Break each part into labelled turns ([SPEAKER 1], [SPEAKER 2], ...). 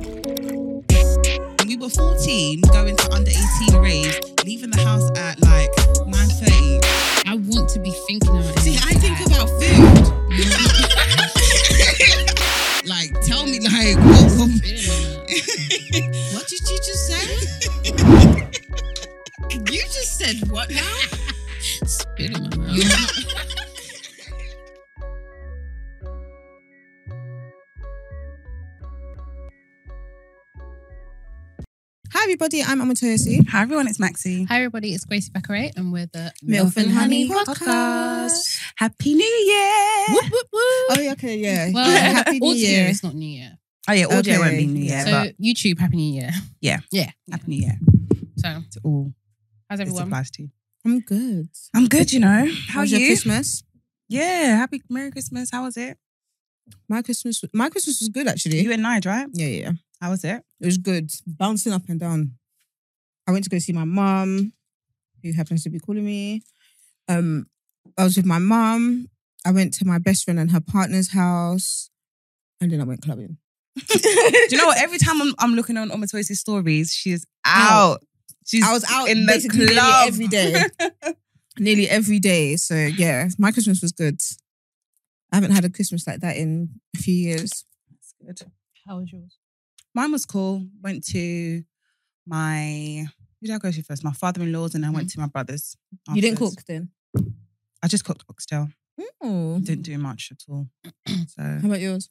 [SPEAKER 1] When we were 14, going to under 18 raves, leaving the house at like 9.30.
[SPEAKER 2] I want to be thinking about it.
[SPEAKER 1] See, I think about food. like, tell me, like, what, what-
[SPEAKER 3] What did you just say? you just said what now?
[SPEAKER 2] Spit in my mouth.
[SPEAKER 4] Hi everybody, I'm Amatoyosu.
[SPEAKER 3] Hi everyone, it's Maxie.
[SPEAKER 2] Hi, everybody. It's Gracie Baccarat, and we're the
[SPEAKER 4] Milf and Honey
[SPEAKER 3] Podcast. Happy New Year!
[SPEAKER 4] Oh yeah, okay, yeah.
[SPEAKER 2] Well,
[SPEAKER 4] Happy New
[SPEAKER 2] all year.
[SPEAKER 4] Year.
[SPEAKER 2] It's not New Year.
[SPEAKER 3] Oh yeah, all day
[SPEAKER 4] Okay.
[SPEAKER 3] won't be New Year,
[SPEAKER 2] so
[SPEAKER 3] but
[SPEAKER 2] YouTube, Happy New Year.
[SPEAKER 3] Yeah.
[SPEAKER 2] yeah.
[SPEAKER 3] Happy New Year
[SPEAKER 2] So,
[SPEAKER 3] to all.
[SPEAKER 2] how's
[SPEAKER 3] This
[SPEAKER 2] everyone?
[SPEAKER 3] applies to.
[SPEAKER 4] I'm good.
[SPEAKER 3] I'm good, you know. How
[SPEAKER 4] How was
[SPEAKER 3] are
[SPEAKER 4] your
[SPEAKER 3] you?
[SPEAKER 4] Christmas?
[SPEAKER 3] Yeah, happy Merry Christmas. How was it?
[SPEAKER 4] My Christmas, my Christmas was good actually.
[SPEAKER 3] You and Nige, right?
[SPEAKER 4] yeah, yeah,
[SPEAKER 3] How was it?
[SPEAKER 4] it was good. Bouncing up and down. I went to go see my mum, who happens to be calling me. Um, I was with my mum. I went to my best friend and her partner's house, and then I went clubbing.
[SPEAKER 3] Do you know what? Every time I'm, I'm looking on Omatoy's stories, she's out. She's
[SPEAKER 4] I was out
[SPEAKER 3] in the
[SPEAKER 4] basically nearly
[SPEAKER 3] club
[SPEAKER 4] every day. nearly every day. So yeah, my Christmas was good. I haven't had a Christmas like that in a few years.
[SPEAKER 3] That's good.
[SPEAKER 2] How was yours?
[SPEAKER 3] Mine was cool. Went to my who did I go to first? My father-in-law's, and I went to my brother's.
[SPEAKER 4] Mm. You didn't
[SPEAKER 3] afterwards.
[SPEAKER 4] cook then?
[SPEAKER 3] I just cooked oxtail.
[SPEAKER 4] Oh.
[SPEAKER 3] Didn't do much at all. So
[SPEAKER 4] How about yours?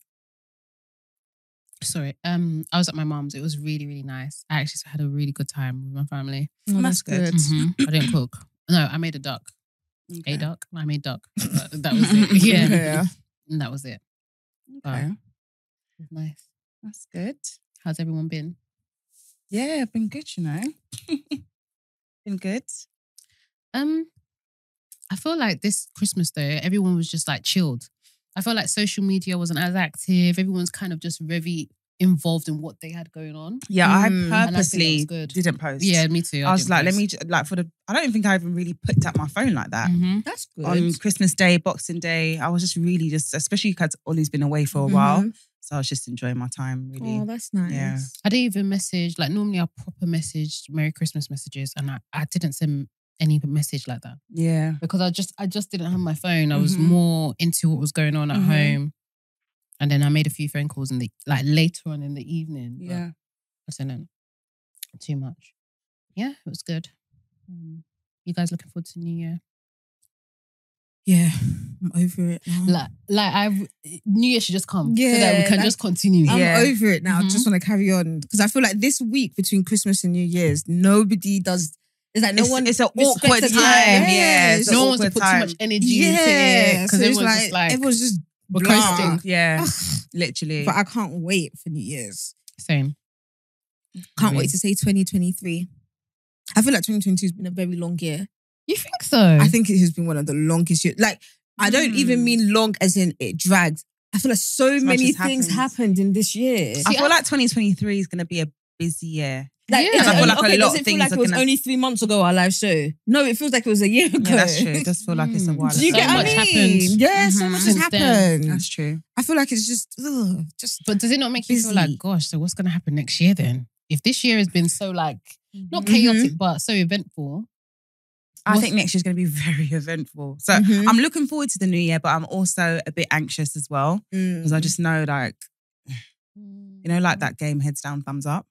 [SPEAKER 2] Sorry. Um, I was at my mom's. It was really, really nice. I actually had a really good time with my family.
[SPEAKER 4] Oh,
[SPEAKER 3] That's good. Mm-hmm.
[SPEAKER 2] Mhm. I didn't cook. No, I made a duck.
[SPEAKER 3] okay.
[SPEAKER 2] A duck. I made duck. But that was it. Yeah,
[SPEAKER 4] Yeah.
[SPEAKER 2] and that was it.
[SPEAKER 3] Okay.
[SPEAKER 2] It was nice.
[SPEAKER 3] That's good.
[SPEAKER 2] How's everyone been?
[SPEAKER 3] Yeah, been good, you know. been good.
[SPEAKER 2] Um, I feel like this Christmas though, everyone was just like chilled. I felt like social media wasn't as active. Everyone's kind of just very involved in what they had going on.
[SPEAKER 3] Yeah,
[SPEAKER 4] Mm.
[SPEAKER 3] I
[SPEAKER 2] And I think that was
[SPEAKER 3] purposely
[SPEAKER 2] good.
[SPEAKER 3] didn't post.
[SPEAKER 2] Yeah, me too.
[SPEAKER 3] I, was
[SPEAKER 2] didn't
[SPEAKER 3] like, let
[SPEAKER 2] post.
[SPEAKER 3] me j- like for the. I don't even think I even really picked up my phone like that.
[SPEAKER 2] Mhm.
[SPEAKER 4] That's good.
[SPEAKER 3] On Christmas Day, Boxing Day, I was just really just, especially because Ollie's been away for a
[SPEAKER 4] Mhm.
[SPEAKER 3] while, so I was just enjoying my time. Really,
[SPEAKER 4] Oh, that's nice.
[SPEAKER 3] Yeah.
[SPEAKER 2] I didn't even message. Like normally, I proper message Merry Christmas messages, and I, I didn't send any message like that
[SPEAKER 3] yeah.
[SPEAKER 2] because I just I just didn't have my phone. I was
[SPEAKER 3] Mhm.
[SPEAKER 2] more into what was going on at
[SPEAKER 3] Mhm.
[SPEAKER 2] home, and then I made a few phone calls in the like later on in the evening. but
[SPEAKER 3] Yeah.
[SPEAKER 2] I didn't too much. Yeah, it was good. Um, you guys looking forward to New Year?
[SPEAKER 4] Yeah. I'm over it now.
[SPEAKER 2] Like, like I New Year should just come so that we
[SPEAKER 4] Yeah,
[SPEAKER 2] can
[SPEAKER 4] like-
[SPEAKER 2] just continue.
[SPEAKER 4] I'm
[SPEAKER 3] Yeah. Mm-hmm.
[SPEAKER 4] over it now. I
[SPEAKER 2] Mhm.
[SPEAKER 4] Just want to carry on because I feel like this week between Christmas and New Year's, nobody does. It's like no
[SPEAKER 3] it's,
[SPEAKER 4] one.
[SPEAKER 3] it's an
[SPEAKER 4] respects
[SPEAKER 3] awkward
[SPEAKER 4] the
[SPEAKER 3] time.
[SPEAKER 4] time.
[SPEAKER 3] Yeah,
[SPEAKER 4] Yes.
[SPEAKER 3] it's an
[SPEAKER 2] no one wants to
[SPEAKER 3] awkward
[SPEAKER 2] put
[SPEAKER 3] time.
[SPEAKER 2] too much energy into it
[SPEAKER 4] yeah,
[SPEAKER 2] because
[SPEAKER 4] so it's
[SPEAKER 2] everyone's
[SPEAKER 4] like,
[SPEAKER 2] just like
[SPEAKER 4] everyone's just
[SPEAKER 2] requesting.
[SPEAKER 4] blah.
[SPEAKER 3] Yeah,
[SPEAKER 4] Ugh.
[SPEAKER 3] literally.
[SPEAKER 4] But I can't wait for New Year's.
[SPEAKER 2] Same.
[SPEAKER 4] Can't
[SPEAKER 2] Agreed.
[SPEAKER 3] Mm-hmm.
[SPEAKER 4] wait to say 2023. I feel like 2022 has been a very long year.
[SPEAKER 2] You think so?
[SPEAKER 4] I think it has been one of the longest years. Like, I don't even
[SPEAKER 3] Hmm.
[SPEAKER 4] mean long as in it dragged. I feel like so
[SPEAKER 3] much
[SPEAKER 4] many
[SPEAKER 3] has
[SPEAKER 4] things
[SPEAKER 3] happened.
[SPEAKER 4] happened in this year.
[SPEAKER 3] I
[SPEAKER 2] See,
[SPEAKER 3] feel
[SPEAKER 2] I-
[SPEAKER 3] like 2023 is going to be a busy year.
[SPEAKER 4] Like,
[SPEAKER 2] Yeah.
[SPEAKER 4] it's
[SPEAKER 2] I feel
[SPEAKER 4] only-
[SPEAKER 3] like a
[SPEAKER 4] okay,
[SPEAKER 3] lot
[SPEAKER 4] does
[SPEAKER 3] of
[SPEAKER 4] it
[SPEAKER 3] things
[SPEAKER 4] feel like
[SPEAKER 3] are
[SPEAKER 4] it was
[SPEAKER 3] gonna-
[SPEAKER 4] only three months ago our live show? No, it feels like it was a year ago.
[SPEAKER 3] Yeah, that's true. It does feel like it's a
[SPEAKER 2] Mm.
[SPEAKER 3] while.
[SPEAKER 4] Do you
[SPEAKER 2] So
[SPEAKER 3] ago.
[SPEAKER 4] get what
[SPEAKER 2] much
[SPEAKER 4] I mean?
[SPEAKER 2] happened.
[SPEAKER 4] Yeah, so
[SPEAKER 2] Mhm.
[SPEAKER 4] much has
[SPEAKER 2] Since then.
[SPEAKER 4] happened.
[SPEAKER 3] Mm-hmm. That's true.
[SPEAKER 4] I feel like it's just, ugh, just
[SPEAKER 2] But does it not make you feel like,
[SPEAKER 4] Busy.
[SPEAKER 2] gosh, so what's going to happen next year then? If this year has been so like not
[SPEAKER 4] Mm-hmm.
[SPEAKER 2] chaotic but so eventful,
[SPEAKER 3] I
[SPEAKER 2] What's-
[SPEAKER 3] think next year's going to be very eventful. So
[SPEAKER 4] Mhm.
[SPEAKER 3] I'm looking forward to the new year, but I'm also a bit anxious as well
[SPEAKER 4] Mm.
[SPEAKER 3] because I just know, like, you know, like that game heads down, thumbs up.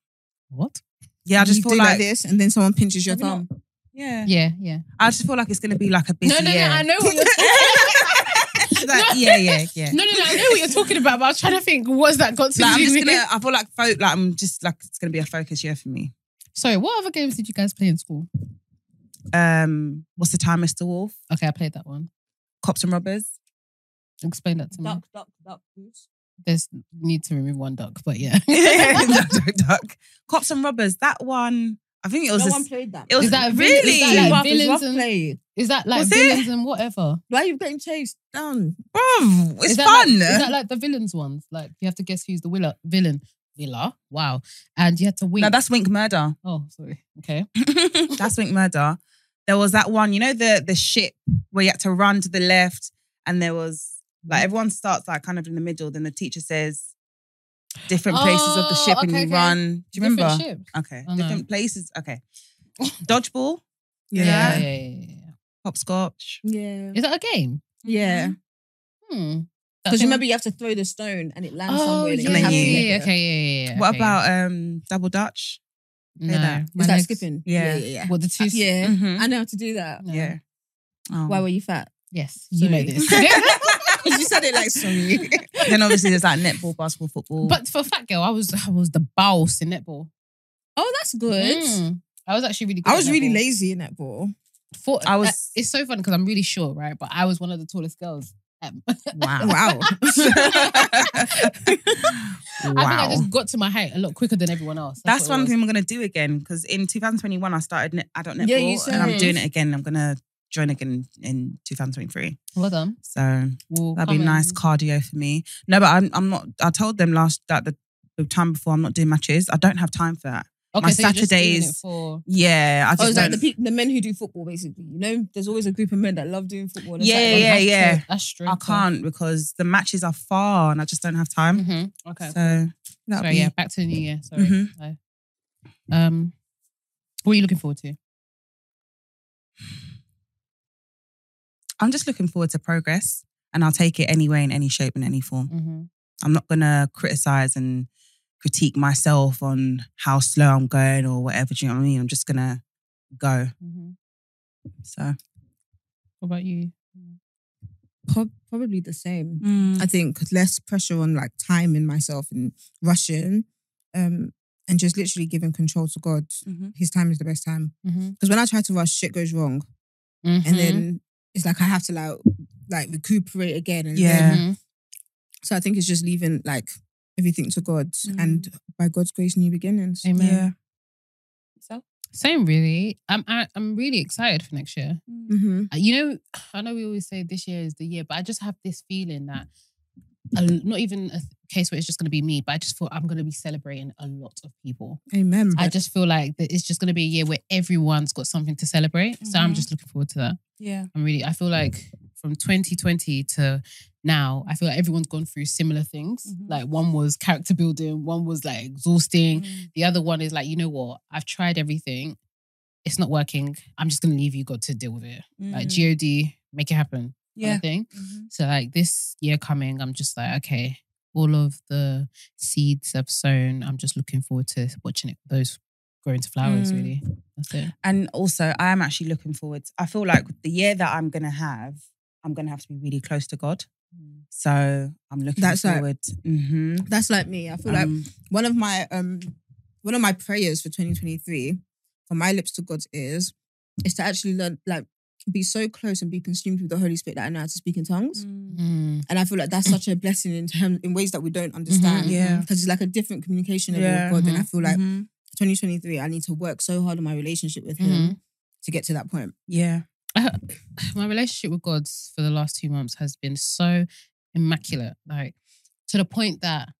[SPEAKER 2] What?
[SPEAKER 3] Yeah, I just
[SPEAKER 4] you
[SPEAKER 3] feel
[SPEAKER 4] do
[SPEAKER 3] like,
[SPEAKER 4] like, this, and then someone pinches your
[SPEAKER 3] Have you not-
[SPEAKER 4] thumb.
[SPEAKER 3] yeah,
[SPEAKER 2] Yeah, yeah.
[SPEAKER 3] I just feel like it's going to be like a busy
[SPEAKER 2] No, no,
[SPEAKER 3] year.
[SPEAKER 2] no. I know what you're talking.
[SPEAKER 3] Like, yeah, yeah, yeah.
[SPEAKER 2] no, no, no. I know what you're talking about. But I was trying to think, what's that got to
[SPEAKER 3] Like, I'm
[SPEAKER 2] do
[SPEAKER 3] just
[SPEAKER 2] with
[SPEAKER 3] gonna.
[SPEAKER 2] it?
[SPEAKER 3] I feel like, fo- like I'm just like it's gonna be a focus year for me.
[SPEAKER 2] Sorry, what other games did you guys play in school?
[SPEAKER 3] Um, what's the time, Mr. Wolf?
[SPEAKER 2] Okay, I played that one.
[SPEAKER 3] Cops and robbers.
[SPEAKER 2] Explain that to me.
[SPEAKER 4] duck, duck, goose.
[SPEAKER 2] There's need to remove one duck, but yeah.
[SPEAKER 3] duck, duck, duck. Cops and robbers. That one. I think it was.
[SPEAKER 4] No
[SPEAKER 3] a-
[SPEAKER 4] one played that.
[SPEAKER 3] it was
[SPEAKER 2] Is that a village-
[SPEAKER 3] really.
[SPEAKER 2] is that like
[SPEAKER 4] Rough is rough
[SPEAKER 2] villains and-
[SPEAKER 4] play.
[SPEAKER 2] Is that like
[SPEAKER 3] Was it?
[SPEAKER 2] villains and whatever?
[SPEAKER 4] Why are you getting chased down?
[SPEAKER 3] Bruv, it's
[SPEAKER 2] Is that
[SPEAKER 3] fun.
[SPEAKER 2] Like, is that like the villains ones? Like you have to guess who's the willa, villain. Villa. Wow. And you had to win.
[SPEAKER 3] no, that's Wink Murder.
[SPEAKER 2] oh, sorry. Okay.
[SPEAKER 3] that's Wink Murder. There was that one, you know, the the ship where you had to run
[SPEAKER 4] Mm-hmm.
[SPEAKER 3] to the left, and there was like everyone starts like kind of in the middle. Then the teacher says, different places of the
[SPEAKER 2] Oh,
[SPEAKER 3] ship and
[SPEAKER 2] okay,
[SPEAKER 3] you
[SPEAKER 2] okay.
[SPEAKER 3] run. Do you
[SPEAKER 2] Different
[SPEAKER 3] remember? Uh,
[SPEAKER 2] ship.
[SPEAKER 3] Okay.
[SPEAKER 2] Oh, no.
[SPEAKER 3] different places. Okay. Dodgeball,
[SPEAKER 4] Yeah.
[SPEAKER 2] Yeah.
[SPEAKER 4] Yeah.
[SPEAKER 2] yeah, yeah, yeah.
[SPEAKER 3] hopscotch.
[SPEAKER 4] Yeah.
[SPEAKER 2] Is that a game?
[SPEAKER 4] Yeah.
[SPEAKER 2] Hmm. Mm-hmm. That
[SPEAKER 4] Because
[SPEAKER 2] thing-
[SPEAKER 4] remember, you have to throw the stone and it lands
[SPEAKER 2] Oh, yeah,
[SPEAKER 4] somewhere. and it
[SPEAKER 2] yeah,
[SPEAKER 3] then
[SPEAKER 4] happens.
[SPEAKER 3] you-
[SPEAKER 2] yeah, yeah, okay, yeah, yeah, yeah.
[SPEAKER 3] What
[SPEAKER 2] okay.
[SPEAKER 3] about um double dutch?
[SPEAKER 2] no,
[SPEAKER 3] that?
[SPEAKER 2] my
[SPEAKER 4] Is that
[SPEAKER 2] legs-
[SPEAKER 4] skipping?
[SPEAKER 3] Yeah.
[SPEAKER 4] Yeah. Yeah.
[SPEAKER 2] What the two?
[SPEAKER 4] Yeah. yeah.
[SPEAKER 2] Mm-hmm.
[SPEAKER 3] Mhm.
[SPEAKER 4] I know how to do that.
[SPEAKER 2] No.
[SPEAKER 3] Yeah. Oh.
[SPEAKER 4] Why were you fat?
[SPEAKER 2] Yes, you know
[SPEAKER 4] Sorry.
[SPEAKER 2] this.
[SPEAKER 4] Because you said it like sorry.
[SPEAKER 3] then obviously there's like netball, basketball, football.
[SPEAKER 2] but for a fat girl, I was I was the boss in netball.
[SPEAKER 4] Oh, that's good.
[SPEAKER 2] Mm. I was actually really. good
[SPEAKER 4] I
[SPEAKER 2] at
[SPEAKER 4] was really
[SPEAKER 2] netball.
[SPEAKER 4] lazy in that ball.
[SPEAKER 2] For,
[SPEAKER 3] I
[SPEAKER 2] I was.
[SPEAKER 3] was-
[SPEAKER 2] it's so funny because I'm really short, right? But I was one of the tallest girls. Um,
[SPEAKER 3] wow.
[SPEAKER 4] Wow.
[SPEAKER 2] I think I
[SPEAKER 3] wow.
[SPEAKER 2] just got to my height a lot quicker than everyone else.
[SPEAKER 3] That's
[SPEAKER 2] what it
[SPEAKER 3] one
[SPEAKER 2] was.
[SPEAKER 3] thing I'm gonna do again because in 2021 I started net, adult netball
[SPEAKER 4] Yeah, you
[SPEAKER 3] and I'm
[SPEAKER 2] said.
[SPEAKER 3] doing it again. I'm gonna join again in 2023.
[SPEAKER 2] Well done.
[SPEAKER 3] So
[SPEAKER 2] Well,
[SPEAKER 3] that'd be
[SPEAKER 2] come
[SPEAKER 3] nice
[SPEAKER 2] and-
[SPEAKER 3] cardio for me. No, but I'm, I'm not. I told them last that the, the time before I'm not doing matches. I don't have time for that. My
[SPEAKER 2] you're just doing it
[SPEAKER 3] Saturdays-
[SPEAKER 2] for
[SPEAKER 3] Yeah, I
[SPEAKER 4] Oh,
[SPEAKER 3] just
[SPEAKER 4] it's like
[SPEAKER 3] don't.
[SPEAKER 4] the, pe- the men who do football, basically. You know, there's always a group of men that love doing football. and it's
[SPEAKER 3] Yeah,
[SPEAKER 4] like,
[SPEAKER 3] yeah,
[SPEAKER 2] that's
[SPEAKER 3] yeah.
[SPEAKER 2] true. That's true.
[SPEAKER 3] I can't because the matches are far and I just don't have time.
[SPEAKER 2] Mm-hmm. Okay.
[SPEAKER 3] So
[SPEAKER 4] that'll
[SPEAKER 2] Sorry,
[SPEAKER 4] be-
[SPEAKER 2] yeah, back to the new year. Sorry.
[SPEAKER 3] Mhm.
[SPEAKER 2] Sorry.
[SPEAKER 3] Mm-hmm.
[SPEAKER 2] Um, what are you looking forward to?
[SPEAKER 3] I'm just looking forward to progress and I'll take it anyway in any shape and any form.
[SPEAKER 2] Mm-hmm.
[SPEAKER 3] I'm not gonna criticize and critique myself on how slow I'm going or whatever. Do you know what I mean? I'm just gonna go.
[SPEAKER 2] Mm-hmm.
[SPEAKER 3] So
[SPEAKER 2] What about you?
[SPEAKER 4] Prob- probably the same.
[SPEAKER 2] Mm-hmm.
[SPEAKER 4] I think less pressure on like time in myself and rushing, um, and just literally giving control to God.
[SPEAKER 3] Mhm.
[SPEAKER 4] His time is the best time
[SPEAKER 2] Mm-hmm.
[SPEAKER 4] because when I try to rush, shit goes wrong, and then it's like I have to like like recuperate again. And
[SPEAKER 3] Yeah.
[SPEAKER 4] then-
[SPEAKER 2] mm-hmm.
[SPEAKER 4] so I think it's just leaving like everything to God and by God's grace, new beginnings.
[SPEAKER 2] Amen.
[SPEAKER 3] Yeah.
[SPEAKER 4] So
[SPEAKER 2] Same, really. I'm I, I'm really excited for next year.
[SPEAKER 4] mm-hmm.
[SPEAKER 2] Uh, You know, I know we always say this year is the year, but I just have this feeling that a l- not even a th- case where it's just going to be me, but I just feel I'm going to be celebrating a lot of people.
[SPEAKER 4] Amen.
[SPEAKER 2] I just feel like that it's just going to be a year where everyone's got something to celebrate. So I'm
[SPEAKER 3] Mhm.
[SPEAKER 2] just looking forward to that.
[SPEAKER 4] yeah.
[SPEAKER 2] I'm really, I feel like from 2020 to now, I feel like everyone's gone through similar things.
[SPEAKER 4] Mhm.
[SPEAKER 2] Like one was character building, one was like exhausting, the other one is like, you know what? I've tried everything. It's not working. I'm just gonna leave you God to deal with it. Like God, make it happen. Mm-hmm. Yeah.
[SPEAKER 4] Mm-hmm. Yeah.
[SPEAKER 2] thing. So like this year coming, I'm just like, okay, all of the seeds I've sown, I'm just looking forward to watching it those grow into flowers,
[SPEAKER 4] Mm.
[SPEAKER 2] really. That's it.
[SPEAKER 3] And also, I am actually looking forward. I feel like the year that I'm gonna have, I'm gonna have to be really close to God. So I'm looking
[SPEAKER 4] That's like-
[SPEAKER 3] forward. mm-hmm.
[SPEAKER 4] That's like me. I feel like
[SPEAKER 3] Um,
[SPEAKER 4] one of my um one of my prayers for 2023 from my lips to God's ears is to actually learn like be so close and be consumed with the Holy Spirit that I know how to speak in tongues.
[SPEAKER 2] Mm.
[SPEAKER 4] And I feel like that's such a blessing in terms in ways that we don't understand.
[SPEAKER 2] Mhm,
[SPEAKER 3] yeah.
[SPEAKER 4] Because it's like a different communication level
[SPEAKER 3] Yeah,
[SPEAKER 4] with God. And I feel like
[SPEAKER 3] mm-hmm.
[SPEAKER 4] 2023, I need to work so hard on my relationship with
[SPEAKER 2] Mm-hmm.
[SPEAKER 4] him to get to that point.
[SPEAKER 3] yeah,
[SPEAKER 2] Mm. my relationship with God for the last two months has been so immaculate, like to the point that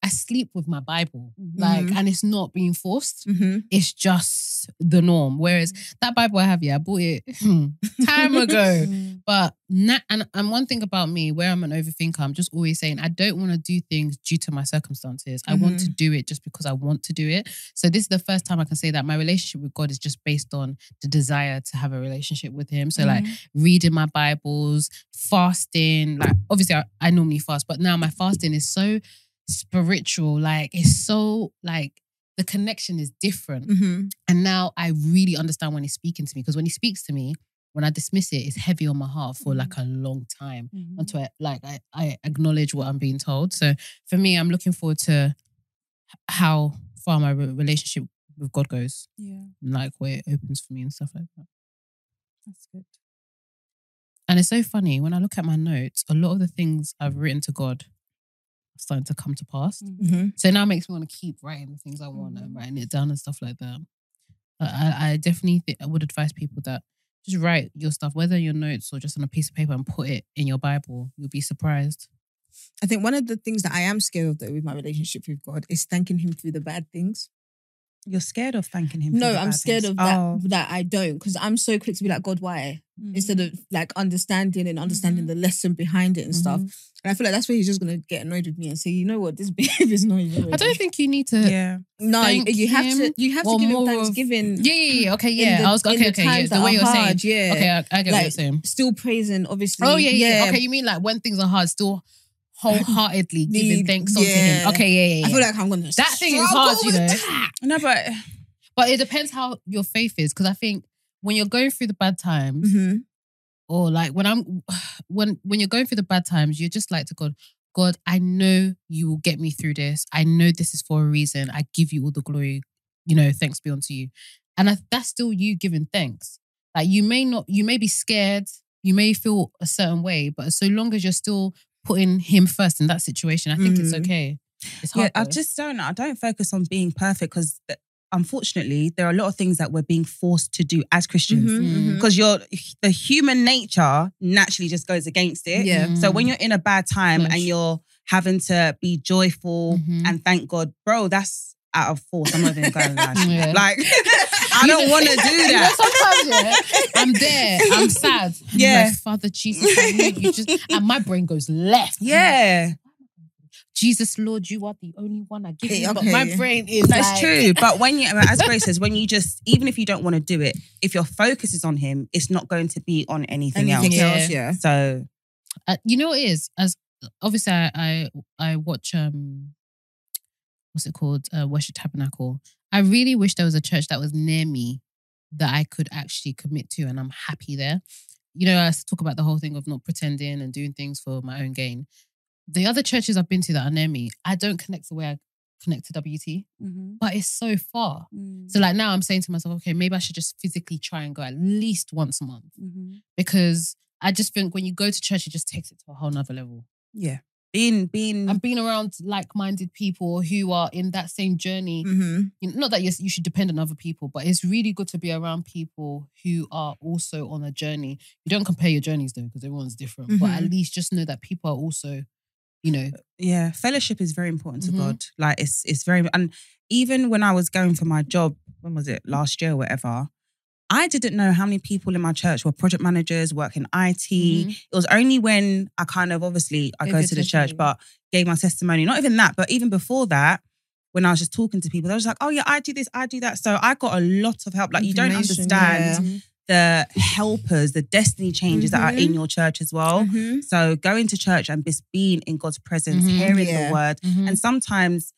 [SPEAKER 2] I sleep with my Bible, like,
[SPEAKER 4] Mhm.
[SPEAKER 2] and it's not being forced.
[SPEAKER 4] Mm-hmm.
[SPEAKER 2] It's just the norm. Whereas that Bible I have, yeah, I bought it time ago. But na- and and one thing about me, where I'm an overthinker, I'm just always saying I don't want to do things due to my circumstances. I want to do it just because I want to do it. So this is the first time I can say that my relationship with God is just based on the desire to have a relationship with Him. So like reading my Bibles, fasting. Like obviously I, I normally fast, but now my fasting is so spiritual. Like it's so like the connection is different.
[SPEAKER 4] Mm-hmm.
[SPEAKER 2] And now I really understand when he's speaking to me because when he speaks to me, when I dismiss it, it's heavy on my heart for like a
[SPEAKER 3] Mm-hmm.
[SPEAKER 2] long time until I, like I, I acknowledge what I'm being told. So for me, I'm looking forward to h- how far my re- relationship with God goes,
[SPEAKER 3] yeah,
[SPEAKER 2] and, like where it opens for me and stuff like that.
[SPEAKER 3] that's good.
[SPEAKER 2] And it's so funny when I look at my notes, a lot of the things I've written to God are starting to come to pass.
[SPEAKER 4] Mm-hmm.
[SPEAKER 2] So now it makes me want to keep writing the things I want and writing it down and stuff like that. But I, I definitely think I would advise people that just write your stuff, whether your notes or just on a piece of paper, and put it in your Bible. You'll be surprised.
[SPEAKER 4] I think one of the things that I am scared of though with my relationship with God is thanking him through the bad things.
[SPEAKER 3] You're scared of thanking him. for
[SPEAKER 4] No,
[SPEAKER 3] the
[SPEAKER 4] I'm
[SPEAKER 3] bad
[SPEAKER 4] scared
[SPEAKER 3] things.
[SPEAKER 4] of that.
[SPEAKER 3] Oh.
[SPEAKER 4] That I don't because I'm so quick to be like, God, why? Instead of like understanding and understanding
[SPEAKER 2] Mm-hmm.
[SPEAKER 4] the lesson behind it and stuff. And I feel like that's where he's just gonna get annoyed with me and say, you know what, this behavior is not. even
[SPEAKER 2] I don't
[SPEAKER 4] ready."
[SPEAKER 2] think you need to. Yeah,
[SPEAKER 3] Yeah.
[SPEAKER 4] No,
[SPEAKER 2] thank
[SPEAKER 4] you have
[SPEAKER 2] him
[SPEAKER 4] to. You have
[SPEAKER 2] or
[SPEAKER 4] to give him
[SPEAKER 2] more of-
[SPEAKER 4] thanksgiving.
[SPEAKER 2] yeah, yeah. Okay,
[SPEAKER 4] in
[SPEAKER 2] yeah.
[SPEAKER 4] the-
[SPEAKER 2] I was
[SPEAKER 4] in the
[SPEAKER 2] okay, okay. Yeah,
[SPEAKER 4] times
[SPEAKER 2] the
[SPEAKER 4] that
[SPEAKER 2] way
[SPEAKER 4] are
[SPEAKER 2] you're saying.
[SPEAKER 4] hard, yeah.
[SPEAKER 2] Okay, I, I get what you're
[SPEAKER 4] Like,
[SPEAKER 2] saying.
[SPEAKER 4] Still praising, obviously.
[SPEAKER 2] Oh yeah, yeah, Okay, you mean like when things are hard, still wholeheartedly giving
[SPEAKER 4] Need-
[SPEAKER 2] thanks unto
[SPEAKER 4] yeah.
[SPEAKER 2] him. Okay, yeah, yeah. yeah.
[SPEAKER 4] I feel like I'm gonna.
[SPEAKER 2] That thing is
[SPEAKER 4] struggle
[SPEAKER 2] hard, you
[SPEAKER 4] with
[SPEAKER 2] know.
[SPEAKER 4] that.
[SPEAKER 3] No, but
[SPEAKER 2] But it depends how your faith is, because I think when you're going through the bad times,
[SPEAKER 3] Mm-hmm,
[SPEAKER 4] Mhm.
[SPEAKER 2] or like when I'm when when you're going through the bad times, you're just like to God, God, I know you will get me through this. I know this is for a reason. I give you all the glory. You know, thanks be unto you. And I, that's still you giving thanks. Like you may not, you may be scared, you may feel a certain way, but so long as you're still putting Him first in that situation, I think it's
[SPEAKER 4] Mhm.
[SPEAKER 2] okay. It's
[SPEAKER 3] Mm. yeah,
[SPEAKER 2] hard.
[SPEAKER 3] I
[SPEAKER 2] though.
[SPEAKER 3] just don't. I don't focus on being perfect because unfortunately, there are a lot of things that we're being forced to do as Christians.
[SPEAKER 2] Mm-hmm.
[SPEAKER 4] Mhm, mhm.
[SPEAKER 3] because you're the human nature naturally just goes against it.
[SPEAKER 4] Yeah.
[SPEAKER 3] So
[SPEAKER 2] Mm.
[SPEAKER 3] when you're in a bad time
[SPEAKER 2] Flesh.
[SPEAKER 3] and you're having to be joyful
[SPEAKER 2] Mhm.
[SPEAKER 3] and thank God, bro, that's out of force. I'm not even going to lie.
[SPEAKER 2] Yeah.
[SPEAKER 3] Like I don't want to do
[SPEAKER 2] You
[SPEAKER 3] that.
[SPEAKER 2] know, sometimes, yeah,
[SPEAKER 4] mm-hmm.
[SPEAKER 2] I'm there. I'm sad. I'm
[SPEAKER 3] Yeah.
[SPEAKER 2] like, Father Jesus, I need you just and my brain goes left. I'm like,
[SPEAKER 3] Yeah,
[SPEAKER 2] Jesus Lord, you are the only one I give
[SPEAKER 4] Okay,
[SPEAKER 2] you. But
[SPEAKER 4] okay.
[SPEAKER 2] my brain is
[SPEAKER 3] that's
[SPEAKER 2] like,
[SPEAKER 3] true. But when you, as Grace says, when you just, even if you don't want to do it, if your focus is on Him, it's not going to be on anything,
[SPEAKER 4] Anything
[SPEAKER 2] Yeah.
[SPEAKER 4] else? Yeah.
[SPEAKER 3] else. So
[SPEAKER 2] Uh, you know what it is? As uh, obviously I I, I watch um what's it called? Uh, Worship Tabernacle. I really wish there was a church that was near me that I could actually commit to and I'm happy there. You know, I s- talk about the whole thing of not pretending and doing things for my own gain. The other churches I've been to that are near me, I don't connect the way I connect to WT,
[SPEAKER 4] Mm-hmm,
[SPEAKER 2] but it's so far. So like now I'm saying to myself, okay, maybe I should just physically try and go at least once a month
[SPEAKER 4] mm-hmm.
[SPEAKER 2] because I just think when you go to church, it just takes it to a whole nother level
[SPEAKER 3] yeah, being being
[SPEAKER 2] and being around like-minded people who are in that same
[SPEAKER 3] Mm.
[SPEAKER 2] journey.
[SPEAKER 4] Mm-hmm.
[SPEAKER 2] You know, not that you you should depend on other people, but it's really good to be around people who are also on a journey. You don't compare your journeys though, because everyone's different. But
[SPEAKER 3] Mm-hmm.
[SPEAKER 2] at least just know that people are also, you know,
[SPEAKER 3] yeah fellowship is very important to
[SPEAKER 2] Mhm.
[SPEAKER 3] god like it's it's very and even when i was going for my job when was it last year or whatever i didn't know how many people in my church were project managers work in it
[SPEAKER 2] Mhm.
[SPEAKER 3] it was only when i kind of obviously i
[SPEAKER 4] Gave
[SPEAKER 3] go
[SPEAKER 4] your
[SPEAKER 3] to the church
[SPEAKER 4] testimony.
[SPEAKER 3] but gave my testimony not even that but even before that when i was just talking to people they were just like oh yeah i do this i do that so i got a lot of help like you don't
[SPEAKER 4] Information,
[SPEAKER 3] understand the helpers the destiny changes that are
[SPEAKER 4] Mm-hmm.
[SPEAKER 3] in your church as well
[SPEAKER 4] Mhm.
[SPEAKER 3] so going to church and just being in God's presence,
[SPEAKER 2] Mhm.
[SPEAKER 3] hearing
[SPEAKER 4] Mm-hmm, Yeah. Mm-hmm.
[SPEAKER 3] the word. And sometimes,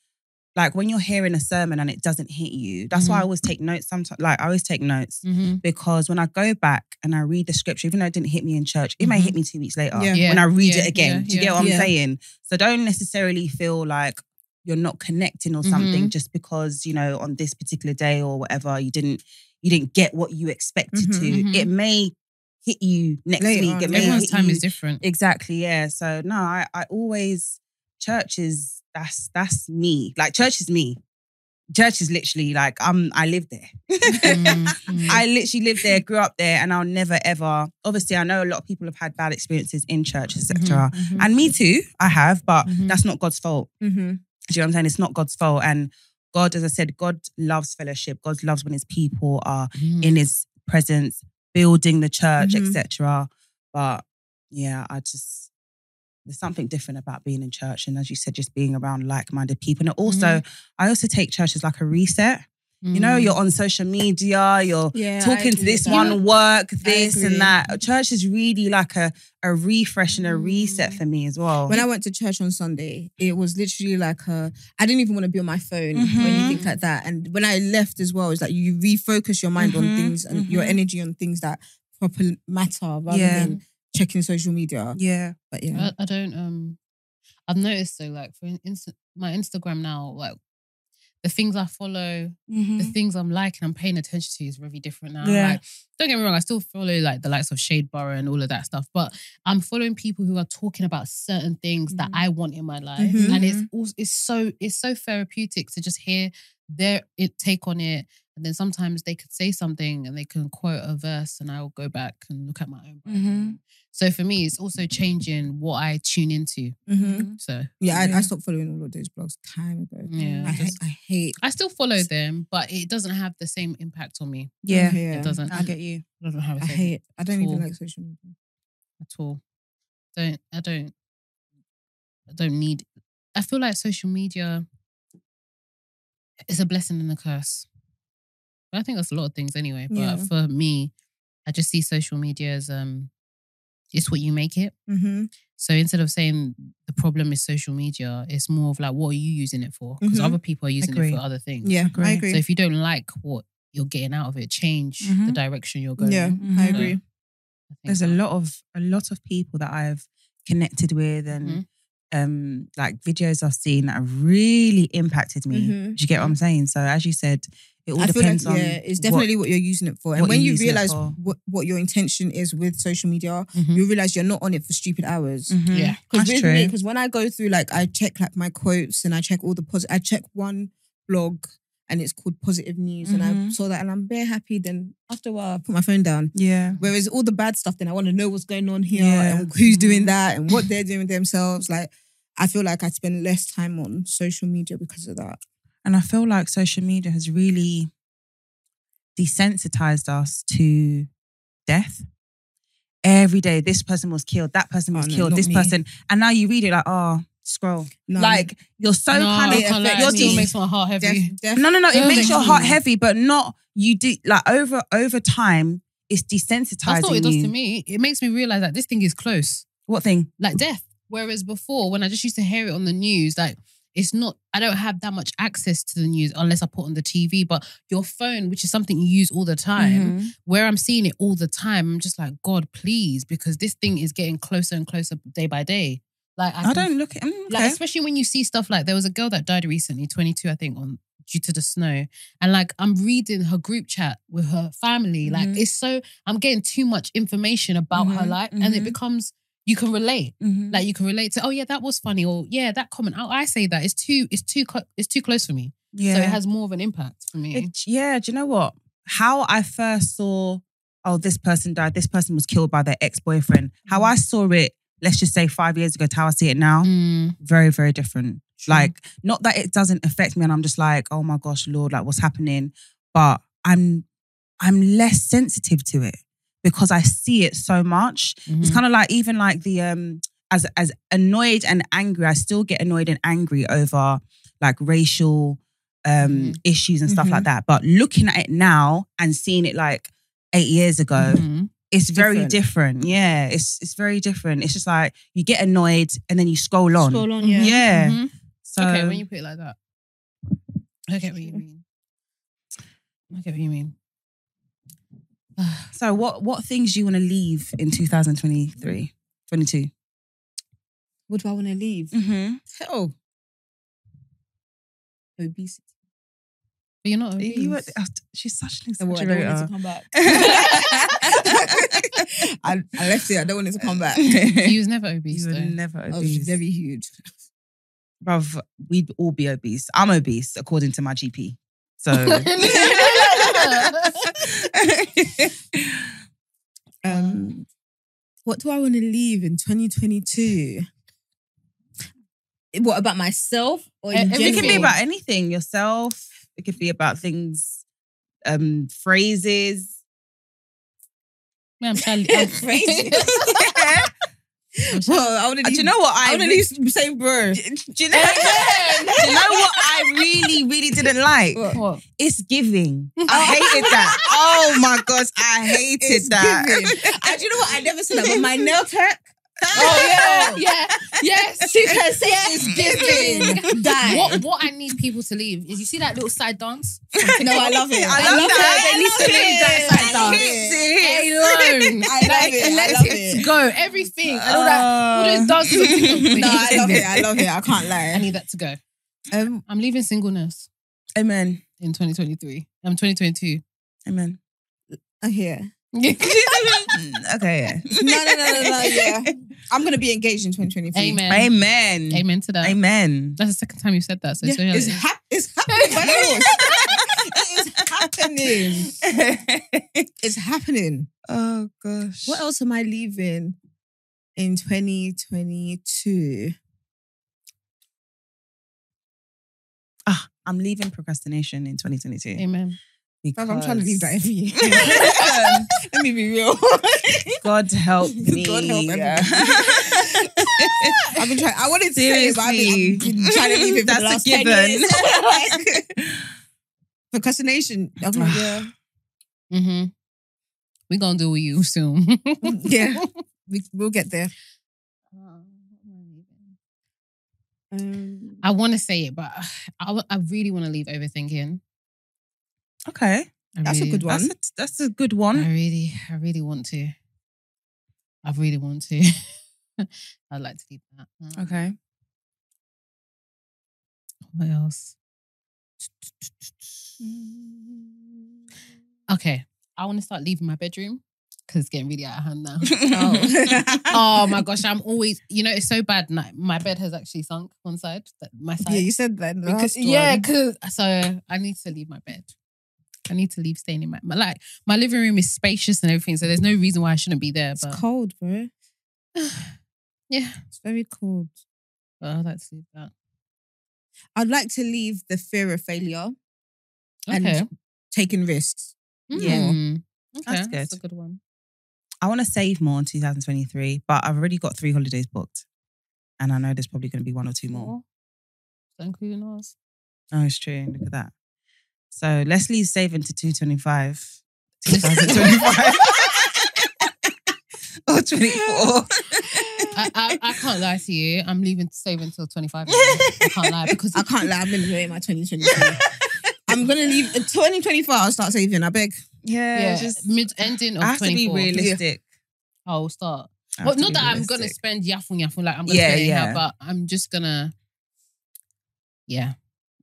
[SPEAKER 3] like when you're hearing a sermon and it doesn't hit you, that's
[SPEAKER 4] Mm-hmm.
[SPEAKER 3] why I
[SPEAKER 2] Mhm.
[SPEAKER 3] always take notes sometimes. Like I always take notes
[SPEAKER 2] Mhm.
[SPEAKER 3] because when I go back and I read the scripture, even though it didn't hit me in church, it may
[SPEAKER 2] Mhm.
[SPEAKER 3] hit me two weeks later
[SPEAKER 4] Yeah.
[SPEAKER 2] Yeah.
[SPEAKER 3] when I read
[SPEAKER 2] Yeah,
[SPEAKER 3] it again.
[SPEAKER 2] yeah,
[SPEAKER 3] Do you get what I'm
[SPEAKER 4] yeah. Yeah.
[SPEAKER 3] saying? So don't necessarily feel like you're not connecting or something
[SPEAKER 2] Mm-hmm.
[SPEAKER 3] just because, you know, on this particular day or whatever, you didn't you didn't get what you expected
[SPEAKER 4] Mhm.
[SPEAKER 3] to.
[SPEAKER 2] Mhm.
[SPEAKER 3] It may hit you next
[SPEAKER 4] Later
[SPEAKER 3] week.
[SPEAKER 4] on,
[SPEAKER 3] It may
[SPEAKER 2] everyone's
[SPEAKER 3] hit
[SPEAKER 2] time
[SPEAKER 3] you
[SPEAKER 2] is different.
[SPEAKER 3] Exactly, yeah. So no, I, I always church is that's that's me. Like church is me. Church is literally like I'm I live there.
[SPEAKER 2] Mm, mm.
[SPEAKER 3] I literally lived there, grew up there, and I'll never ever obviously I know a lot of people have had bad experiences in church, etc.
[SPEAKER 2] Mhm.
[SPEAKER 3] And me too, I have, but
[SPEAKER 2] Mhm.
[SPEAKER 3] that's not God's fault.
[SPEAKER 4] Mhm.
[SPEAKER 3] Do you know what I'm saying? It's not God's fault. And God, as I said, God loves fellowship. God loves when his people are
[SPEAKER 2] Mhm.
[SPEAKER 3] in his presence, building the church,
[SPEAKER 4] Mhm.
[SPEAKER 3] etc. But yeah, I just there's something different about being in church, and as you said, just being around like-minded people. And also, I also take church as like a reset. You know,
[SPEAKER 2] Mm.
[SPEAKER 3] you're on social media, you're
[SPEAKER 4] Yeah. I
[SPEAKER 3] talking to
[SPEAKER 4] agree
[SPEAKER 3] this
[SPEAKER 4] with
[SPEAKER 3] one
[SPEAKER 4] that.
[SPEAKER 3] work, this
[SPEAKER 4] agree.
[SPEAKER 3] and that. Church is really like a a refresh and a reset
[SPEAKER 2] Mm.
[SPEAKER 3] for me as well.
[SPEAKER 4] When I went to church on Sunday, it was literally like a. I didn't even want to be on my phone when you
[SPEAKER 3] Mhm.
[SPEAKER 4] think like that. And when I left as well, it's like you refocus your mind
[SPEAKER 3] Mhm,
[SPEAKER 4] on things and your
[SPEAKER 3] mhm.
[SPEAKER 4] energy on things that proper matter rather
[SPEAKER 3] Yeah.
[SPEAKER 4] than checking social media.
[SPEAKER 3] yeah. Uh,
[SPEAKER 4] But yeah,
[SPEAKER 2] Mm-hmm. I, I don't um I've noticed though like for instance my Instagram now like the things I follow the things I'm liking I'm paying attention to is really different now
[SPEAKER 3] Yeah.
[SPEAKER 2] like don't get me wrong I still follow like the likes of Shade Borough and all of that stuff but I'm following people who are talking about certain things that
[SPEAKER 3] Mhm.
[SPEAKER 2] I want in my life
[SPEAKER 4] Mhm.
[SPEAKER 2] mm-hmm. and it's also, it's so it's so therapeutic to just hear their i- take on it And then sometimes they could say something and they can quote a verse, and I'll go back and look at my own. Bible.
[SPEAKER 5] Mhm.
[SPEAKER 2] So for me, it's also changing what I tune into.
[SPEAKER 4] Mm-hmm.
[SPEAKER 2] So
[SPEAKER 4] Yeah, I,
[SPEAKER 5] Yeah.
[SPEAKER 4] I stopped following all of those blogs time ago.
[SPEAKER 2] Yeah,
[SPEAKER 4] I, hate
[SPEAKER 2] Mm, just-
[SPEAKER 4] I hate.
[SPEAKER 2] I still follow them, but it doesn't have the same impact on me.
[SPEAKER 3] Yeah,
[SPEAKER 2] It doesn't.
[SPEAKER 4] Mm-hmm.
[SPEAKER 3] I get you.
[SPEAKER 2] It doesn't have
[SPEAKER 4] I
[SPEAKER 2] the same
[SPEAKER 4] hate. it. I don't
[SPEAKER 2] Cool.
[SPEAKER 4] even like social media.
[SPEAKER 2] at all. Don't I don't I don't need I feel like social media is a blessing and a curse. But I think that's a lot of things anyway. But
[SPEAKER 4] Yeah.
[SPEAKER 2] for me, I just see social media as um it's what you make it.
[SPEAKER 4] Mm-hmm.
[SPEAKER 2] So instead of saying the problem is social media, it's more of like what are you using it for? Because
[SPEAKER 4] Mhm.
[SPEAKER 2] other people are using it
[SPEAKER 3] Mm-hmm. Agree.
[SPEAKER 2] for other things.
[SPEAKER 4] Yeah, I
[SPEAKER 3] Agree.
[SPEAKER 4] agree.
[SPEAKER 2] So if you don't like what you're getting out of it, change the
[SPEAKER 5] Mhm.
[SPEAKER 2] direction you're going.
[SPEAKER 4] yeah,
[SPEAKER 2] in.
[SPEAKER 4] I
[SPEAKER 5] Mhm.
[SPEAKER 4] agree.
[SPEAKER 2] I think
[SPEAKER 3] Mm-hmm. There's a lot of a lot of people that I've connected with and
[SPEAKER 2] Mhm.
[SPEAKER 3] um like videos I've seen that have really impacted me.
[SPEAKER 4] Mhm.
[SPEAKER 3] Do you get what I'm saying? So as you said, it all
[SPEAKER 4] I feel like
[SPEAKER 3] depends on
[SPEAKER 4] yeah, it's definitely what, you're using it for. And
[SPEAKER 3] what
[SPEAKER 4] when
[SPEAKER 3] you're
[SPEAKER 4] you
[SPEAKER 3] using it
[SPEAKER 4] realize
[SPEAKER 3] for.
[SPEAKER 4] what, what your intention is with social media,
[SPEAKER 3] Mm-hmm.
[SPEAKER 2] Mhm.
[SPEAKER 4] you realize you're not on it for stupid hours.
[SPEAKER 3] Mhm.
[SPEAKER 2] Yeah.
[SPEAKER 4] Because
[SPEAKER 3] That's
[SPEAKER 4] with me,
[SPEAKER 3] true.
[SPEAKER 4] because when I go through, like I check like my quotes and I check all the positive. I check one blog and it's called Positive News, and I
[SPEAKER 3] Mhm.
[SPEAKER 4] saw that and I'm bare happy. Then after a while, I put my phone down.
[SPEAKER 3] Yeah.
[SPEAKER 4] Whereas all the bad stuff, then I want to know what's going on here
[SPEAKER 3] Yeah.
[SPEAKER 4] and who's doing
[SPEAKER 3] Mhm.
[SPEAKER 4] that and what they're doing with themselves. Like I feel like I spend less time on social media because of that.
[SPEAKER 3] And I feel like social media has really desensitized us to death. Every day, this person was killed, that person was
[SPEAKER 4] Oh, no,
[SPEAKER 3] killed,
[SPEAKER 4] not
[SPEAKER 3] this
[SPEAKER 4] me.
[SPEAKER 3] person. And now you read it like, oh, scroll.
[SPEAKER 4] No,
[SPEAKER 3] like, you're so
[SPEAKER 2] No,
[SPEAKER 3] kind
[SPEAKER 2] I
[SPEAKER 3] of.
[SPEAKER 4] it
[SPEAKER 2] can't lie,
[SPEAKER 4] affects
[SPEAKER 2] it
[SPEAKER 3] you're
[SPEAKER 2] still
[SPEAKER 3] de-
[SPEAKER 2] makes my heart heavy.
[SPEAKER 4] def- def-
[SPEAKER 3] no, no, no. It
[SPEAKER 2] Oh,
[SPEAKER 3] makes your
[SPEAKER 2] thank
[SPEAKER 3] heart
[SPEAKER 2] you.
[SPEAKER 3] heavy, but not you do like over over time. It's desensitizing.
[SPEAKER 2] That's not what it does
[SPEAKER 3] you.
[SPEAKER 2] to me. It makes me realize that this thing is close,
[SPEAKER 3] What thing?
[SPEAKER 2] like death. Whereas before, when I just used to hear it on the news, like it's not, I don't have that much access to the news unless I put on the TV. But your phone, which is something you use all the time,
[SPEAKER 3] Mm-hmm.
[SPEAKER 2] where I'm seeing it all the time, I'm just like, God, please, because this thing is getting closer and closer day by day. Like
[SPEAKER 3] I,
[SPEAKER 2] can
[SPEAKER 3] don't look at. Mm, okay.
[SPEAKER 2] Like especially when you see stuff like there was a girl that died recently, 22, I think, on due to the snow. And like I'm reading her group chat with her family. Like
[SPEAKER 3] Mm-hmm.
[SPEAKER 5] Mhm.
[SPEAKER 2] it's so I'm getting too much information about her
[SPEAKER 5] Mhm,
[SPEAKER 2] life. And it
[SPEAKER 3] Mm-hmm.
[SPEAKER 5] mhm.
[SPEAKER 2] becomes you can relate. Like you can relate to, oh yeah, that was funny, or yeah, that comment. Oh, I say that. It's too, it's too clo- it's too close for me.
[SPEAKER 3] yeah.
[SPEAKER 2] So it has more of an impact for me.
[SPEAKER 3] It- yeah, do you know what? How I first saw, oh, this person died, this person was killed by their ex boyfriend. How I saw it, let's just say five years ago to how I see it now,
[SPEAKER 2] Mm,
[SPEAKER 3] very, very different.
[SPEAKER 2] True.
[SPEAKER 3] Like, not that it doesn't affect me and I'm just like, oh my gosh, Lord, like what's happening? But I'm I'm less sensitive to it because I see it so much. It's
[SPEAKER 2] mhm.
[SPEAKER 3] kind of like even like the um as as annoyed and angry, I still get annoyed and angry over like racial um
[SPEAKER 2] Mhm.
[SPEAKER 3] issues and stuff like that. But looking at it now and seeing it like eight years ago,
[SPEAKER 2] Mhm.
[SPEAKER 3] it's very
[SPEAKER 4] Different.
[SPEAKER 3] different. Yeah. It's it's very different. It's just like you get annoyed and then you scroll on.
[SPEAKER 4] Scroll on,
[SPEAKER 3] yeah.
[SPEAKER 4] yeah.
[SPEAKER 2] Mhm.
[SPEAKER 3] So
[SPEAKER 2] okay, when you put it like that. I get what you mean. I get what you mean.
[SPEAKER 3] so what what things do you want to leave in 2023? 22.
[SPEAKER 4] What do I want to leave?
[SPEAKER 3] Mm-hmm.
[SPEAKER 4] Oh. Obesity.
[SPEAKER 2] But you're not obese.
[SPEAKER 3] You were, she's such an
[SPEAKER 4] And what, I don't want it
[SPEAKER 3] exaggerator.
[SPEAKER 4] to come back. I, I left it. I don't want it to come back. I
[SPEAKER 2] He was never obese
[SPEAKER 3] You were
[SPEAKER 2] though.
[SPEAKER 3] never
[SPEAKER 4] was
[SPEAKER 3] obese.
[SPEAKER 4] very huge.
[SPEAKER 3] bruv, we'd all be obese. I'm obese according to my GP. So
[SPEAKER 4] Um, what do I want to leave in 2022? What about myself? Or in
[SPEAKER 2] Eh, eh, we
[SPEAKER 3] it can be
[SPEAKER 4] general?
[SPEAKER 3] about anything, yourself. It could be about things, um, phrases.
[SPEAKER 2] Man, I'm trying. I'm,
[SPEAKER 4] Phrases.
[SPEAKER 2] I'm trying-
[SPEAKER 4] Well, I want to
[SPEAKER 3] Uh,
[SPEAKER 4] leave.
[SPEAKER 3] Do you know what I?
[SPEAKER 4] I want to
[SPEAKER 3] re-
[SPEAKER 4] leave Saint Bro.
[SPEAKER 3] Do you know? do you know what I really, really didn't like?
[SPEAKER 4] What?
[SPEAKER 2] What?
[SPEAKER 3] It's giving. I hated that. Oh my gosh, I hated
[SPEAKER 4] It's
[SPEAKER 3] that.
[SPEAKER 4] giving. I, do you know what? I never said that, but my nail tech.
[SPEAKER 2] Oh yeah, yeah, yes.
[SPEAKER 4] She can say it's giving. Die.
[SPEAKER 2] What what I need people to leave is you see that little side dance.
[SPEAKER 4] No, I love it.
[SPEAKER 3] I love that.
[SPEAKER 4] They need to leave that side
[SPEAKER 3] I
[SPEAKER 4] down.
[SPEAKER 3] hate it.
[SPEAKER 2] Alone,
[SPEAKER 4] I love
[SPEAKER 2] like,
[SPEAKER 4] it, I
[SPEAKER 2] let
[SPEAKER 4] love
[SPEAKER 2] it
[SPEAKER 4] it.
[SPEAKER 2] go. Everything and all that.
[SPEAKER 3] Uh,
[SPEAKER 2] All those dances. on TikTok.
[SPEAKER 4] No, I love it. I love it. I can't
[SPEAKER 2] I
[SPEAKER 4] lie.
[SPEAKER 2] need that to go.
[SPEAKER 4] Um,
[SPEAKER 2] I'm leaving singleness
[SPEAKER 3] Amen.
[SPEAKER 2] in 2023. I'm 2022.
[SPEAKER 3] Amen.
[SPEAKER 4] here.
[SPEAKER 3] okay. yeah.
[SPEAKER 4] No, no, no, no, no. Yeah, I'm gonna be engaged in 2023.
[SPEAKER 2] Amen.
[SPEAKER 3] Amen.
[SPEAKER 2] Amen to that.
[SPEAKER 3] Amen.
[SPEAKER 2] That's the second time you said that. So
[SPEAKER 4] Yeah,
[SPEAKER 2] so yeah,
[SPEAKER 4] it's, hap- it's happening. my lord. it is happening. happening. It's happening.
[SPEAKER 3] oh gosh.
[SPEAKER 4] What else am I leaving in 2022?
[SPEAKER 3] I'm leaving procrastination in 2022.
[SPEAKER 2] Amen.
[SPEAKER 4] Bruv, I'm trying to leave that every year.
[SPEAKER 3] because-
[SPEAKER 4] Let me be real.
[SPEAKER 3] God help me.
[SPEAKER 4] God help everyone.
[SPEAKER 3] Yeah.
[SPEAKER 4] I've been trying. I wanted to say it, but I've been, I've been trying to leave it for
[SPEAKER 3] That's
[SPEAKER 4] the
[SPEAKER 3] a
[SPEAKER 4] last 10
[SPEAKER 3] given.
[SPEAKER 4] years. Procrastination. Oh I'm like, yeah.
[SPEAKER 2] Mm-hmm. We're going to deal with you
[SPEAKER 4] Um,
[SPEAKER 2] soon.
[SPEAKER 4] yeah. We, we'll get there. Um,
[SPEAKER 2] I want to say it, but I, w- I really want to leave overthinking.
[SPEAKER 3] Okay.
[SPEAKER 2] I
[SPEAKER 4] That's a
[SPEAKER 2] really-
[SPEAKER 4] good one.
[SPEAKER 3] That's a, that's a good
[SPEAKER 2] I
[SPEAKER 3] one.
[SPEAKER 2] really, I really want to. I really want to. I'd like to leave that. Mm.
[SPEAKER 3] Okay.
[SPEAKER 2] What else? Okay. I want to start leaving my bedroom because it's getting really out of hand now. oh my gosh, I'm always, you know, it's so bad. Like, my bed has actually sunk one side, that- my side.
[SPEAKER 4] yeah, you said that. in the
[SPEAKER 2] because
[SPEAKER 4] last one.
[SPEAKER 2] yeah, because so I need to leave my bed. I need to leave staying in my, my like my living room is spacious and everything, so there's no reason why I shouldn't be there.
[SPEAKER 4] It's
[SPEAKER 2] But
[SPEAKER 4] cold, bro.
[SPEAKER 2] yeah,
[SPEAKER 4] It's very cold.
[SPEAKER 2] but I'd like to leave that.
[SPEAKER 4] I'd like to leave the fear of failure and
[SPEAKER 2] Okay,
[SPEAKER 4] taking risks.
[SPEAKER 3] yeah.
[SPEAKER 2] Mm. okay,
[SPEAKER 3] That's
[SPEAKER 2] that's a
[SPEAKER 3] good.
[SPEAKER 2] good one.
[SPEAKER 3] I want to save more in 2023, but I've already got three holidays booked. And I know there's probably going to be one or two more.
[SPEAKER 2] Is that including ours?
[SPEAKER 3] Oh, it's true. Look at that. So let's leave saving to 225. 2025. or 24.
[SPEAKER 2] I, I, I can't lie to you. I'm leaving save until 25. I can't lie because
[SPEAKER 4] I can't lie. I'm going to in my 2023. I'm going to leave in 2024. I'll start saving. I beg.
[SPEAKER 3] Yeah,
[SPEAKER 2] Yeah,
[SPEAKER 3] just
[SPEAKER 2] mid ending of
[SPEAKER 3] I have to be
[SPEAKER 2] 24.
[SPEAKER 3] realistic.
[SPEAKER 2] I'll start.
[SPEAKER 3] I have
[SPEAKER 2] Well,
[SPEAKER 3] to
[SPEAKER 2] not
[SPEAKER 3] be
[SPEAKER 2] that I'm gonna
[SPEAKER 3] realistic.
[SPEAKER 2] spend yaffle yaffle like I'm gonna
[SPEAKER 3] Yeah,
[SPEAKER 2] spend it
[SPEAKER 3] yeah.
[SPEAKER 2] yeah. but I'm just gonna. Yeah,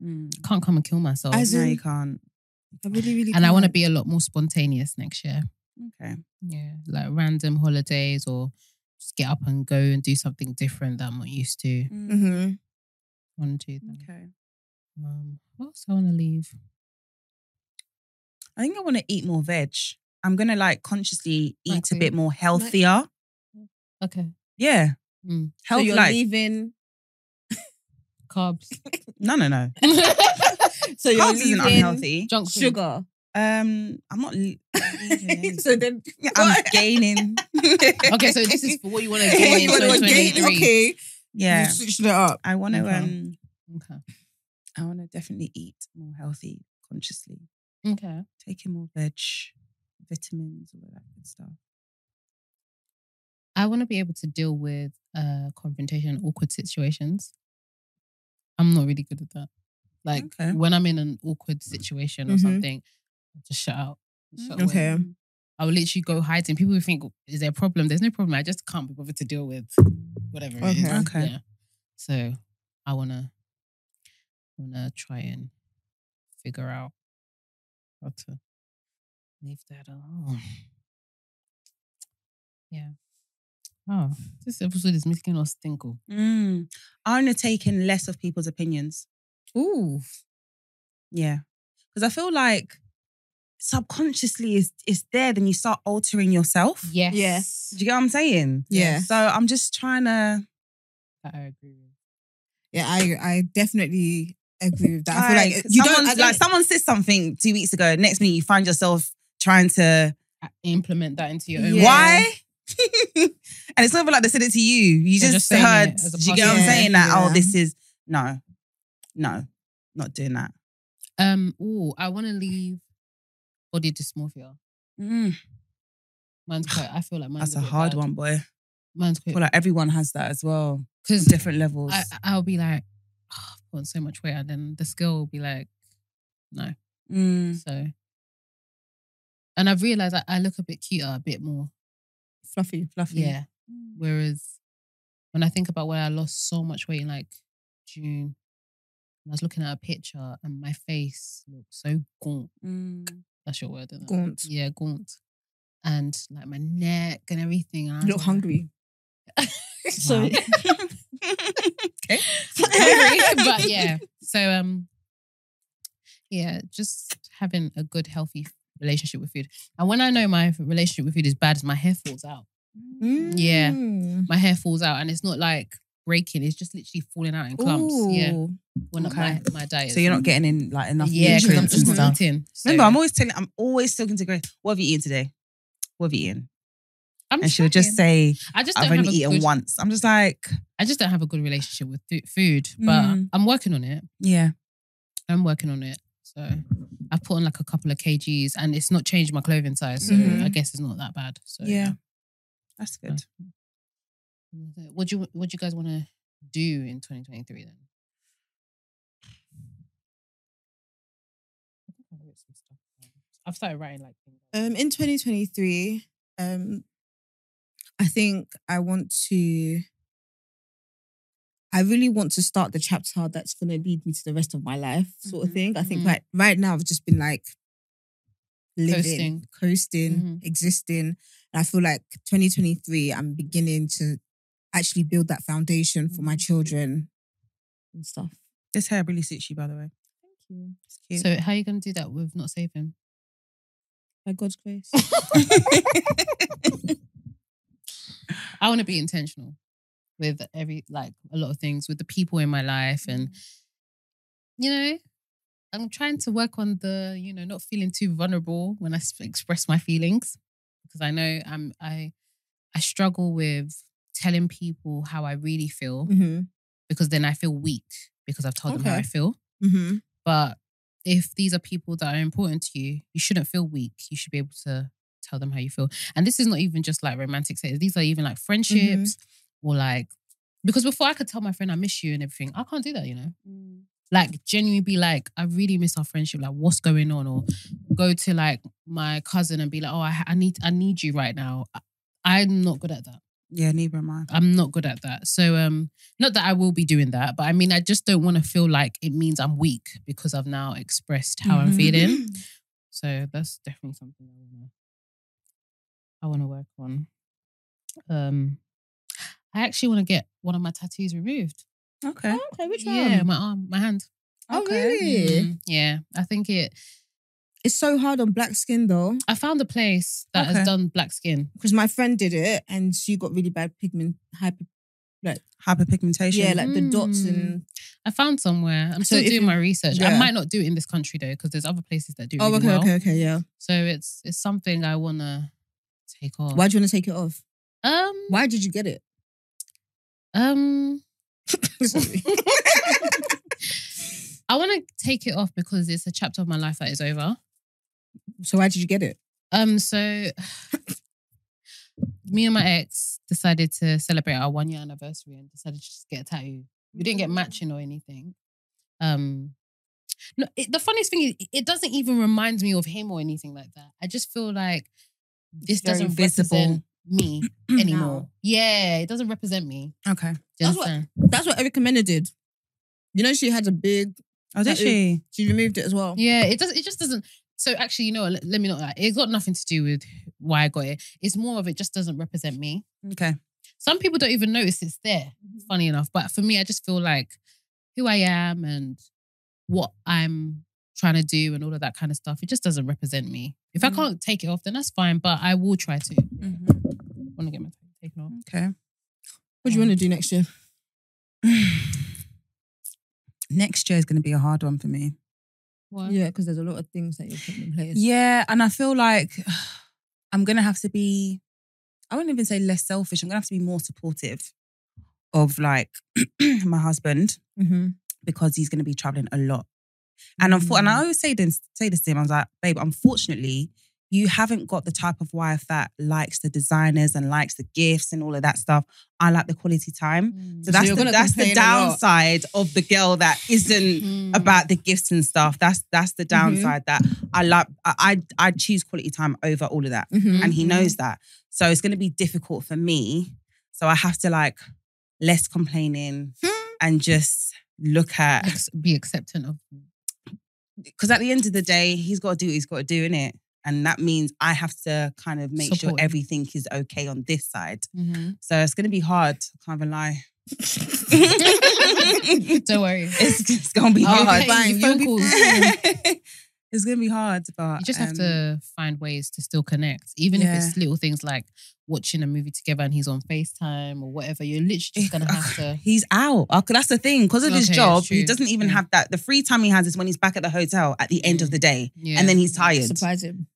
[SPEAKER 2] can't come and kill myself.
[SPEAKER 4] As
[SPEAKER 3] No,
[SPEAKER 4] in-
[SPEAKER 3] you can't.
[SPEAKER 4] I really, really.
[SPEAKER 2] and I want to
[SPEAKER 4] can't.
[SPEAKER 2] be a lot more spontaneous next year.
[SPEAKER 3] Okay.
[SPEAKER 2] Yeah, like random holidays or just get up and go and do something different that I'm not used to.
[SPEAKER 3] Mm-hmm.
[SPEAKER 4] Mhm.
[SPEAKER 2] Want to do that.
[SPEAKER 3] Okay.
[SPEAKER 2] Um, what else I want to leave?
[SPEAKER 3] I think I want to eat more veg. I'm gonna like consciously eat
[SPEAKER 2] Like
[SPEAKER 3] a bit
[SPEAKER 2] food.
[SPEAKER 3] more healthier.
[SPEAKER 2] Okay,
[SPEAKER 3] yeah.
[SPEAKER 2] Mm.
[SPEAKER 4] So
[SPEAKER 3] Health
[SPEAKER 4] you're
[SPEAKER 3] like
[SPEAKER 4] leaving.
[SPEAKER 2] carbs.
[SPEAKER 3] no no no.
[SPEAKER 4] So you're
[SPEAKER 3] Carbs
[SPEAKER 4] leaving
[SPEAKER 3] isn't unhealthy.
[SPEAKER 2] Junk food.
[SPEAKER 4] sugar.
[SPEAKER 3] Um I'm not le- leaving anything.
[SPEAKER 4] so then
[SPEAKER 3] I'm gaining.
[SPEAKER 2] Okay, so this is for what you want to do
[SPEAKER 4] Okay,
[SPEAKER 2] in
[SPEAKER 4] you wanna gain-
[SPEAKER 2] 2023. Okay.
[SPEAKER 4] okay.
[SPEAKER 3] Yeah.
[SPEAKER 4] You switched it up.
[SPEAKER 3] I wanna
[SPEAKER 2] Okay.
[SPEAKER 3] um
[SPEAKER 2] okay.
[SPEAKER 3] I wanna definitely eat more healthy consciously. Taking more veg, vitamins, all of that good stuff.
[SPEAKER 2] I want to be able to deal with uh, confrontation, awkward situations. I'm not really good at that. Like
[SPEAKER 3] Okay.
[SPEAKER 2] when I'm in an awkward situation or
[SPEAKER 4] Mhm.
[SPEAKER 2] something, I just shut out. Shut away.
[SPEAKER 4] Okay.
[SPEAKER 2] I will literally go hiding. People will think, is there a problem? There's no problem. I just can't be bothered to deal with whatever it is.
[SPEAKER 4] Okay.
[SPEAKER 3] Okay.
[SPEAKER 2] Yeah. So I wanna wanna try and figure out how to leave that alone. Yeah. Oh, this episode is making us tinkle.
[SPEAKER 3] Mm. I wanna take in less of people's opinions.
[SPEAKER 4] Ooh.
[SPEAKER 3] Yeah. Because I feel like subconsciously it's, it's there, then you start altering yourself.
[SPEAKER 2] Yes.
[SPEAKER 4] Yes.
[SPEAKER 3] Do you get what I'm saying?
[SPEAKER 4] Yeah.
[SPEAKER 3] So I'm just trying to.
[SPEAKER 2] That I agree with.
[SPEAKER 4] Yeah, I I definitely agree with that. I feel
[SPEAKER 3] like, uh,
[SPEAKER 4] like you
[SPEAKER 3] someone,
[SPEAKER 4] don't, I don't-
[SPEAKER 3] like someone said something two weeks ago. Next minute, you find yourself trying to
[SPEAKER 2] I implement that into your own.
[SPEAKER 4] Yeah.
[SPEAKER 3] why? and it's not even like they said it to you. You
[SPEAKER 2] They're
[SPEAKER 3] just,
[SPEAKER 2] just saying
[SPEAKER 3] heard.
[SPEAKER 2] it as a
[SPEAKER 3] Do you get what I'm
[SPEAKER 4] positive.
[SPEAKER 3] saying? That oh,
[SPEAKER 4] Yeah.
[SPEAKER 3] this is no, no, not doing that.
[SPEAKER 2] Um, oh, I wanna leave body dysmorphia. Mm. Mine's quite I feel like mine's
[SPEAKER 3] That's a
[SPEAKER 2] bit
[SPEAKER 3] hard
[SPEAKER 2] bad.
[SPEAKER 3] one, boy.
[SPEAKER 2] Mine's quite
[SPEAKER 3] Well, like everyone has that as well,
[SPEAKER 2] because
[SPEAKER 3] different levels.
[SPEAKER 2] I, I'll be like, oh, I've put on so much weight, and then the scale will be like, no.
[SPEAKER 3] Mm.
[SPEAKER 2] So, and I've realized I, I look a bit cuter, a bit more.
[SPEAKER 4] fluffy, fluffy.
[SPEAKER 2] Yeah. Whereas when I think about when I lost so much weight in like June, and I was looking at a picture and my face looked so gaunt.
[SPEAKER 3] mm.
[SPEAKER 2] That's your word, isn't it?
[SPEAKER 4] Gaunt.
[SPEAKER 2] Yeah, gaunt. And like my neck and everything. And I
[SPEAKER 4] You
[SPEAKER 2] was
[SPEAKER 4] look
[SPEAKER 2] like,
[SPEAKER 4] hungry.
[SPEAKER 2] Wow.
[SPEAKER 3] okay.
[SPEAKER 2] Hungry, but yeah. So um yeah, just having a good, healthy relationship with food. And when I know my relationship with food is bad, is my hair falls out. Yeah.
[SPEAKER 4] Mm.
[SPEAKER 2] My hair falls out, and it's not like breaking; it's just literally falling out in clumps. Yeah,
[SPEAKER 4] Ooh.
[SPEAKER 2] when
[SPEAKER 3] okay.
[SPEAKER 2] my my diet.
[SPEAKER 3] So you're not getting in like enough
[SPEAKER 2] yeah, because I'm
[SPEAKER 3] nutrients
[SPEAKER 2] just
[SPEAKER 3] and
[SPEAKER 2] not
[SPEAKER 3] stuff.
[SPEAKER 2] eating. So
[SPEAKER 3] Remember, I'm always telling, I'm always talking to Grace, what have you eaten today? What have you eaten?
[SPEAKER 2] I'm
[SPEAKER 3] And she'll just say,
[SPEAKER 2] I just don't
[SPEAKER 3] I've
[SPEAKER 2] have
[SPEAKER 3] only
[SPEAKER 2] a
[SPEAKER 3] eaten
[SPEAKER 2] good,
[SPEAKER 3] once. I'm just like,
[SPEAKER 2] I just don't have a good relationship with fu- food, but
[SPEAKER 3] Mm.
[SPEAKER 2] I'm working on it.
[SPEAKER 3] yeah.
[SPEAKER 2] I'm working on it. So I put on like a couple of kgs, and it's not changed my clothing size, so
[SPEAKER 3] Mhm.
[SPEAKER 2] I guess it's not that bad. So
[SPEAKER 3] Yeah. That's good.
[SPEAKER 2] yeah. What do you What do you guys want to do in 2023 then? I think I wrote some stuff down. I've started writing like things.
[SPEAKER 4] Um, in 2023, um, I think I want to. I really want to start the chapter that's going to lead me to the rest of my life, sort
[SPEAKER 2] Mhm,
[SPEAKER 4] of thing. I think
[SPEAKER 2] mhm.
[SPEAKER 4] right right now I've just been like living,
[SPEAKER 2] Coasting.
[SPEAKER 4] coasting,
[SPEAKER 2] Mhm.
[SPEAKER 4] existing, and I feel like 2023 I'm beginning to actually build that foundation for my children and stuff.
[SPEAKER 3] This hair really suits you, by the way.
[SPEAKER 4] Thank you.
[SPEAKER 3] It's cute.
[SPEAKER 2] So how are you going to do that with not saving?
[SPEAKER 4] By God's grace.
[SPEAKER 2] I want to be intentional with every like a lot of things with the people in my life and you know I'm trying to work on the you know not feeling too vulnerable when I s- express my feelings because I know I'm I I struggle with telling people how I really feel
[SPEAKER 4] hmm
[SPEAKER 2] because then I feel weak because I've told them how
[SPEAKER 4] Okay.
[SPEAKER 2] I feel
[SPEAKER 4] hmm
[SPEAKER 2] but if these are people that are important to you, you shouldn't feel weak. You should be able to tell them how you feel. And this is not even just like romantic sex. These are even like friendships or like because before I could tell my friend I miss you and everything, I can't do that, you know. Like genuinely be like, I really miss our friendship. Like, what's going on? Or go to like my cousin and be like, oh, I, I need I need you right now. I- I'm not good at that.
[SPEAKER 3] yeah, neither am I.
[SPEAKER 2] I'm not good at that. So um not that I will be doing that, but I mean I just don't want to feel like it means I'm weak because I've now expressed how I'm
[SPEAKER 4] Mhm.
[SPEAKER 2] feeling. So that's definitely something I wanna I wanna work on. Um I actually want to get one of my tattoos removed.
[SPEAKER 3] Okay.
[SPEAKER 4] okay, which one?
[SPEAKER 2] Yeah, my arm, my hand.
[SPEAKER 4] Oh,
[SPEAKER 3] Okay.
[SPEAKER 4] really?
[SPEAKER 2] Mm, yeah. I think it
[SPEAKER 4] It's so hard on black skin though,
[SPEAKER 2] I found a place that
[SPEAKER 3] Okay.
[SPEAKER 2] has done black skin.
[SPEAKER 4] because my friend did it and she got really bad pigment hyper.
[SPEAKER 3] Hyperpigmentation.
[SPEAKER 4] Yeah, like the dots
[SPEAKER 2] Mm.
[SPEAKER 4] and
[SPEAKER 2] I found somewhere. I'm still
[SPEAKER 4] if
[SPEAKER 2] doing
[SPEAKER 4] you-
[SPEAKER 2] my research. I
[SPEAKER 4] Yeah.
[SPEAKER 2] might not do it in this country though, because there's other places that do.
[SPEAKER 4] oh,
[SPEAKER 2] really
[SPEAKER 4] okay,
[SPEAKER 2] well.
[SPEAKER 4] okay, okay, yeah.
[SPEAKER 2] So it's it's something I wanna take on.
[SPEAKER 4] Why do you want to take it off?
[SPEAKER 2] Um.
[SPEAKER 4] Why did you get it?
[SPEAKER 2] Um.
[SPEAKER 4] Sorry.
[SPEAKER 2] I wanna take it off because it's a chapter of my life that is over.
[SPEAKER 4] so why did you get it?
[SPEAKER 2] Um. So. Me and my ex decided to celebrate our one year anniversary and decided to just get a tattoo. We didn't get
[SPEAKER 4] Mm.
[SPEAKER 2] matching or anything. Um, no, it, the funniest thing is, it doesn't even remind me of him or anything like that. I just feel like this
[SPEAKER 3] very
[SPEAKER 2] doesn't
[SPEAKER 3] visible.
[SPEAKER 2] represent me anymore. Yeah, it doesn't represent me.
[SPEAKER 3] Okay.
[SPEAKER 2] Do you
[SPEAKER 4] That's what-
[SPEAKER 2] understand?
[SPEAKER 4] That's what Erica Mena did. You know, she had a big.
[SPEAKER 3] Oh, did
[SPEAKER 4] That is-
[SPEAKER 3] she?
[SPEAKER 4] She removed it as well.
[SPEAKER 2] Yeah, it does. It just doesn't. So actually, you know, what, let, let me not. Lie. It's got nothing to do with why I got it. It's more of it just doesn't represent me.
[SPEAKER 3] Okay.
[SPEAKER 2] Some people don't even notice it's there. Funny enough, but for me, I just feel like who I am and what I'm trying to do and all of that kind of stuff. It just doesn't represent me. If I
[SPEAKER 3] Mhm.
[SPEAKER 2] can't take it off, then that's fine. But I will try to. Want to get my t- taken off?
[SPEAKER 3] Okay.
[SPEAKER 4] What do you want to do next year?
[SPEAKER 3] Next year is going to be a hard one for me.
[SPEAKER 2] What?
[SPEAKER 4] Yeah, because there's a lot of things that you're putting in place.
[SPEAKER 3] Yeah, and I feel like I'm going to have to be, I wouldn't even say less selfish. I'm going to have to be more supportive of like my husband
[SPEAKER 4] Mm-hmm.
[SPEAKER 3] because he's going to be traveling a lot. And, unfor-
[SPEAKER 4] Mm.
[SPEAKER 3] and I always say this, say this to him, I was like, babe, unfortunately, you haven't got the type of wife that likes the designers and likes the gifts and all of that stuff. I like the quality time.
[SPEAKER 2] Mm.
[SPEAKER 3] So that's
[SPEAKER 4] you're
[SPEAKER 3] the,
[SPEAKER 4] gonna
[SPEAKER 3] that's the
[SPEAKER 4] complain a lot.
[SPEAKER 3] downside of the girl that isn't
[SPEAKER 2] Mm. Mm-hmm.
[SPEAKER 3] about the gifts and stuff. That's that's the downside that I like. I I I choose quality time over all of that,
[SPEAKER 4] Mm-hmm.
[SPEAKER 3] and he
[SPEAKER 2] Mhm.
[SPEAKER 3] knows that. So it's going to be difficult for me. So I have to like less complaining
[SPEAKER 2] Hmm.
[SPEAKER 3] and just look at
[SPEAKER 2] Ex- be acceptant of.
[SPEAKER 3] because at the end of the day, he's got to do what he's got to do in it. And that means I have to kind of make
[SPEAKER 2] Support
[SPEAKER 3] sure
[SPEAKER 2] him.
[SPEAKER 3] everything is okay on this side.
[SPEAKER 2] Mhm.
[SPEAKER 3] So it's going to be hard, can't even lie. it's,
[SPEAKER 2] Don't worry.
[SPEAKER 3] it's gonna be
[SPEAKER 2] Oh,
[SPEAKER 3] hard.
[SPEAKER 2] okay. Fine, phone calls.
[SPEAKER 3] it's gonna be hard, but
[SPEAKER 2] You just have
[SPEAKER 3] um,
[SPEAKER 2] to find ways to still connect, even if it's little things like watching a movie together and he's on FaceTime or whatever. You're literally just gonna have to.
[SPEAKER 3] He's out. Uh, That's the thing. Because of his
[SPEAKER 2] Okay,
[SPEAKER 3] job,
[SPEAKER 2] true.
[SPEAKER 3] he doesn't even
[SPEAKER 2] Mm.
[SPEAKER 3] have that. The free time he has is when he's back at the hotel at the end of the day,
[SPEAKER 2] Yeah.
[SPEAKER 3] and then he's tired.
[SPEAKER 4] Surprise him.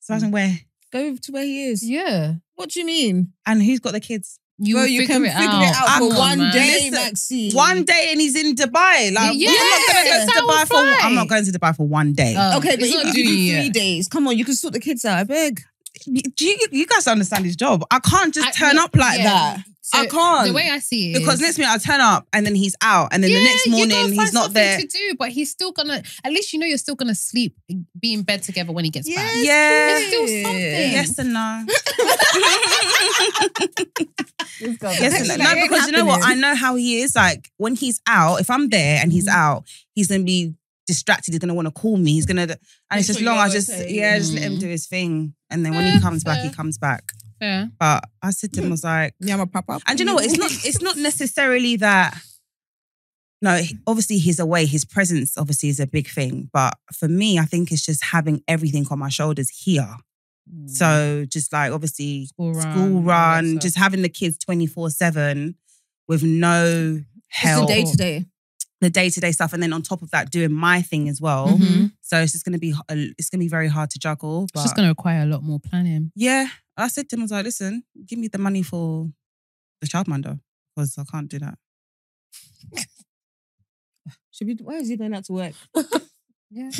[SPEAKER 3] So imagine where
[SPEAKER 4] Go to where he is.
[SPEAKER 2] yeah.
[SPEAKER 4] What do you mean?
[SPEAKER 3] and who's got the kids.
[SPEAKER 2] You
[SPEAKER 4] Bro,
[SPEAKER 2] will
[SPEAKER 4] you
[SPEAKER 2] figure
[SPEAKER 4] can
[SPEAKER 2] it
[SPEAKER 4] figure
[SPEAKER 2] out.
[SPEAKER 4] it out for
[SPEAKER 2] Come on,
[SPEAKER 4] one
[SPEAKER 2] man.
[SPEAKER 4] day,
[SPEAKER 3] Listen,
[SPEAKER 4] Maxine.
[SPEAKER 3] One day and he's in Dubai. Like,
[SPEAKER 2] Yeah.
[SPEAKER 3] I'm not gonna go
[SPEAKER 2] That
[SPEAKER 3] to Dubai
[SPEAKER 2] would fly.
[SPEAKER 3] for. I'm not going to Dubai for one day.
[SPEAKER 2] Oh,
[SPEAKER 4] Okay, but
[SPEAKER 2] it's not
[SPEAKER 4] if you
[SPEAKER 2] due
[SPEAKER 4] do three
[SPEAKER 2] yet.
[SPEAKER 4] days, come on, you can sort the kids out. I beg.
[SPEAKER 3] Do you, you guys understand his job? I can't just
[SPEAKER 2] I-
[SPEAKER 3] turn
[SPEAKER 2] yeah,
[SPEAKER 3] up like
[SPEAKER 2] yeah.
[SPEAKER 3] that.
[SPEAKER 2] So
[SPEAKER 3] I can't.
[SPEAKER 2] The way I see it,
[SPEAKER 3] because
[SPEAKER 2] is-
[SPEAKER 3] next minute I turn up and then he's out, and then the
[SPEAKER 2] Yeah,
[SPEAKER 3] next
[SPEAKER 2] you gotta
[SPEAKER 3] morning
[SPEAKER 2] find
[SPEAKER 3] he's not
[SPEAKER 2] something
[SPEAKER 3] there.
[SPEAKER 2] To do, but he's still gonna. At least you know you're still gonna sleep, be in bed together when he gets back.
[SPEAKER 4] Yes,
[SPEAKER 3] Yeah.
[SPEAKER 2] It's still something.
[SPEAKER 4] yes.
[SPEAKER 3] Yes and no.
[SPEAKER 4] Yes,
[SPEAKER 3] Yes, and
[SPEAKER 4] and that
[SPEAKER 3] no,
[SPEAKER 4] ain't
[SPEAKER 3] because you know what? I
[SPEAKER 4] happening. Mm-hmm.
[SPEAKER 3] know how he is. Like when he's out, if I'm there and he's
[SPEAKER 2] Mhm.
[SPEAKER 3] out, he's gonna be distracted. He's gonna want to call me. He's gonna, and it's
[SPEAKER 4] That's
[SPEAKER 3] just
[SPEAKER 4] what
[SPEAKER 3] long.
[SPEAKER 4] you
[SPEAKER 3] I
[SPEAKER 4] gotta
[SPEAKER 3] just,
[SPEAKER 4] say.
[SPEAKER 3] yeah, just let him
[SPEAKER 2] Mhm.
[SPEAKER 3] do his thing. And then when
[SPEAKER 2] Fair,
[SPEAKER 3] he comes back, he
[SPEAKER 2] fair.
[SPEAKER 3] comes back.
[SPEAKER 2] Yeah.
[SPEAKER 3] But I said to him, I was like,
[SPEAKER 4] Yeah, I'm a papa.
[SPEAKER 3] and you know what? It's not. It's not necessarily that. No, obviously he's away. His presence obviously is a big thing. But for me, I think it's just having everything on my shoulders here.
[SPEAKER 4] Mm.
[SPEAKER 3] So just like obviously
[SPEAKER 2] school run, all
[SPEAKER 3] school
[SPEAKER 2] that
[SPEAKER 3] run,
[SPEAKER 2] stuff.
[SPEAKER 3] just having the kids 24 7 with no
[SPEAKER 4] It's the
[SPEAKER 3] help,
[SPEAKER 4] day to day.
[SPEAKER 3] the day to day stuff. And then on top of that, doing my thing as well.
[SPEAKER 2] Mhm.
[SPEAKER 3] So it's just going to be, it's going to be very hard to juggle.
[SPEAKER 2] It's
[SPEAKER 3] But
[SPEAKER 2] just gonna require a lot more planning.
[SPEAKER 3] yeah, I said to him, I was like, listen, give me the money for the childminder because I can't do that.
[SPEAKER 4] Should we? Why is he going out to work?
[SPEAKER 2] Yeah.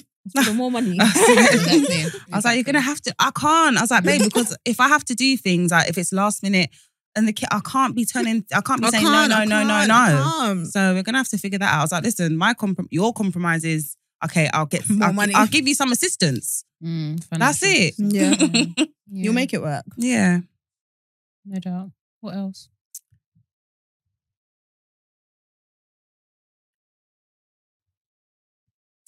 [SPEAKER 4] For more money.
[SPEAKER 2] Exactly.
[SPEAKER 3] I was like, you're going to have to, I can't. I was like, babe, because if I have to do things, like if it's last minute and the kid, I can't be turning, I can't be saying no, no, no, no, no. So we're gonna have to figure that out. I was like, listen, my comprom- your compromise is okay. I'll get
[SPEAKER 4] More
[SPEAKER 3] I'll,
[SPEAKER 4] money.
[SPEAKER 3] I'll give you some assistance.
[SPEAKER 2] Mm,
[SPEAKER 3] That's
[SPEAKER 2] financial.
[SPEAKER 3] it.
[SPEAKER 4] Yeah.
[SPEAKER 2] Yeah.
[SPEAKER 4] You'll make it work.
[SPEAKER 3] Yeah.
[SPEAKER 2] no doubt. What else?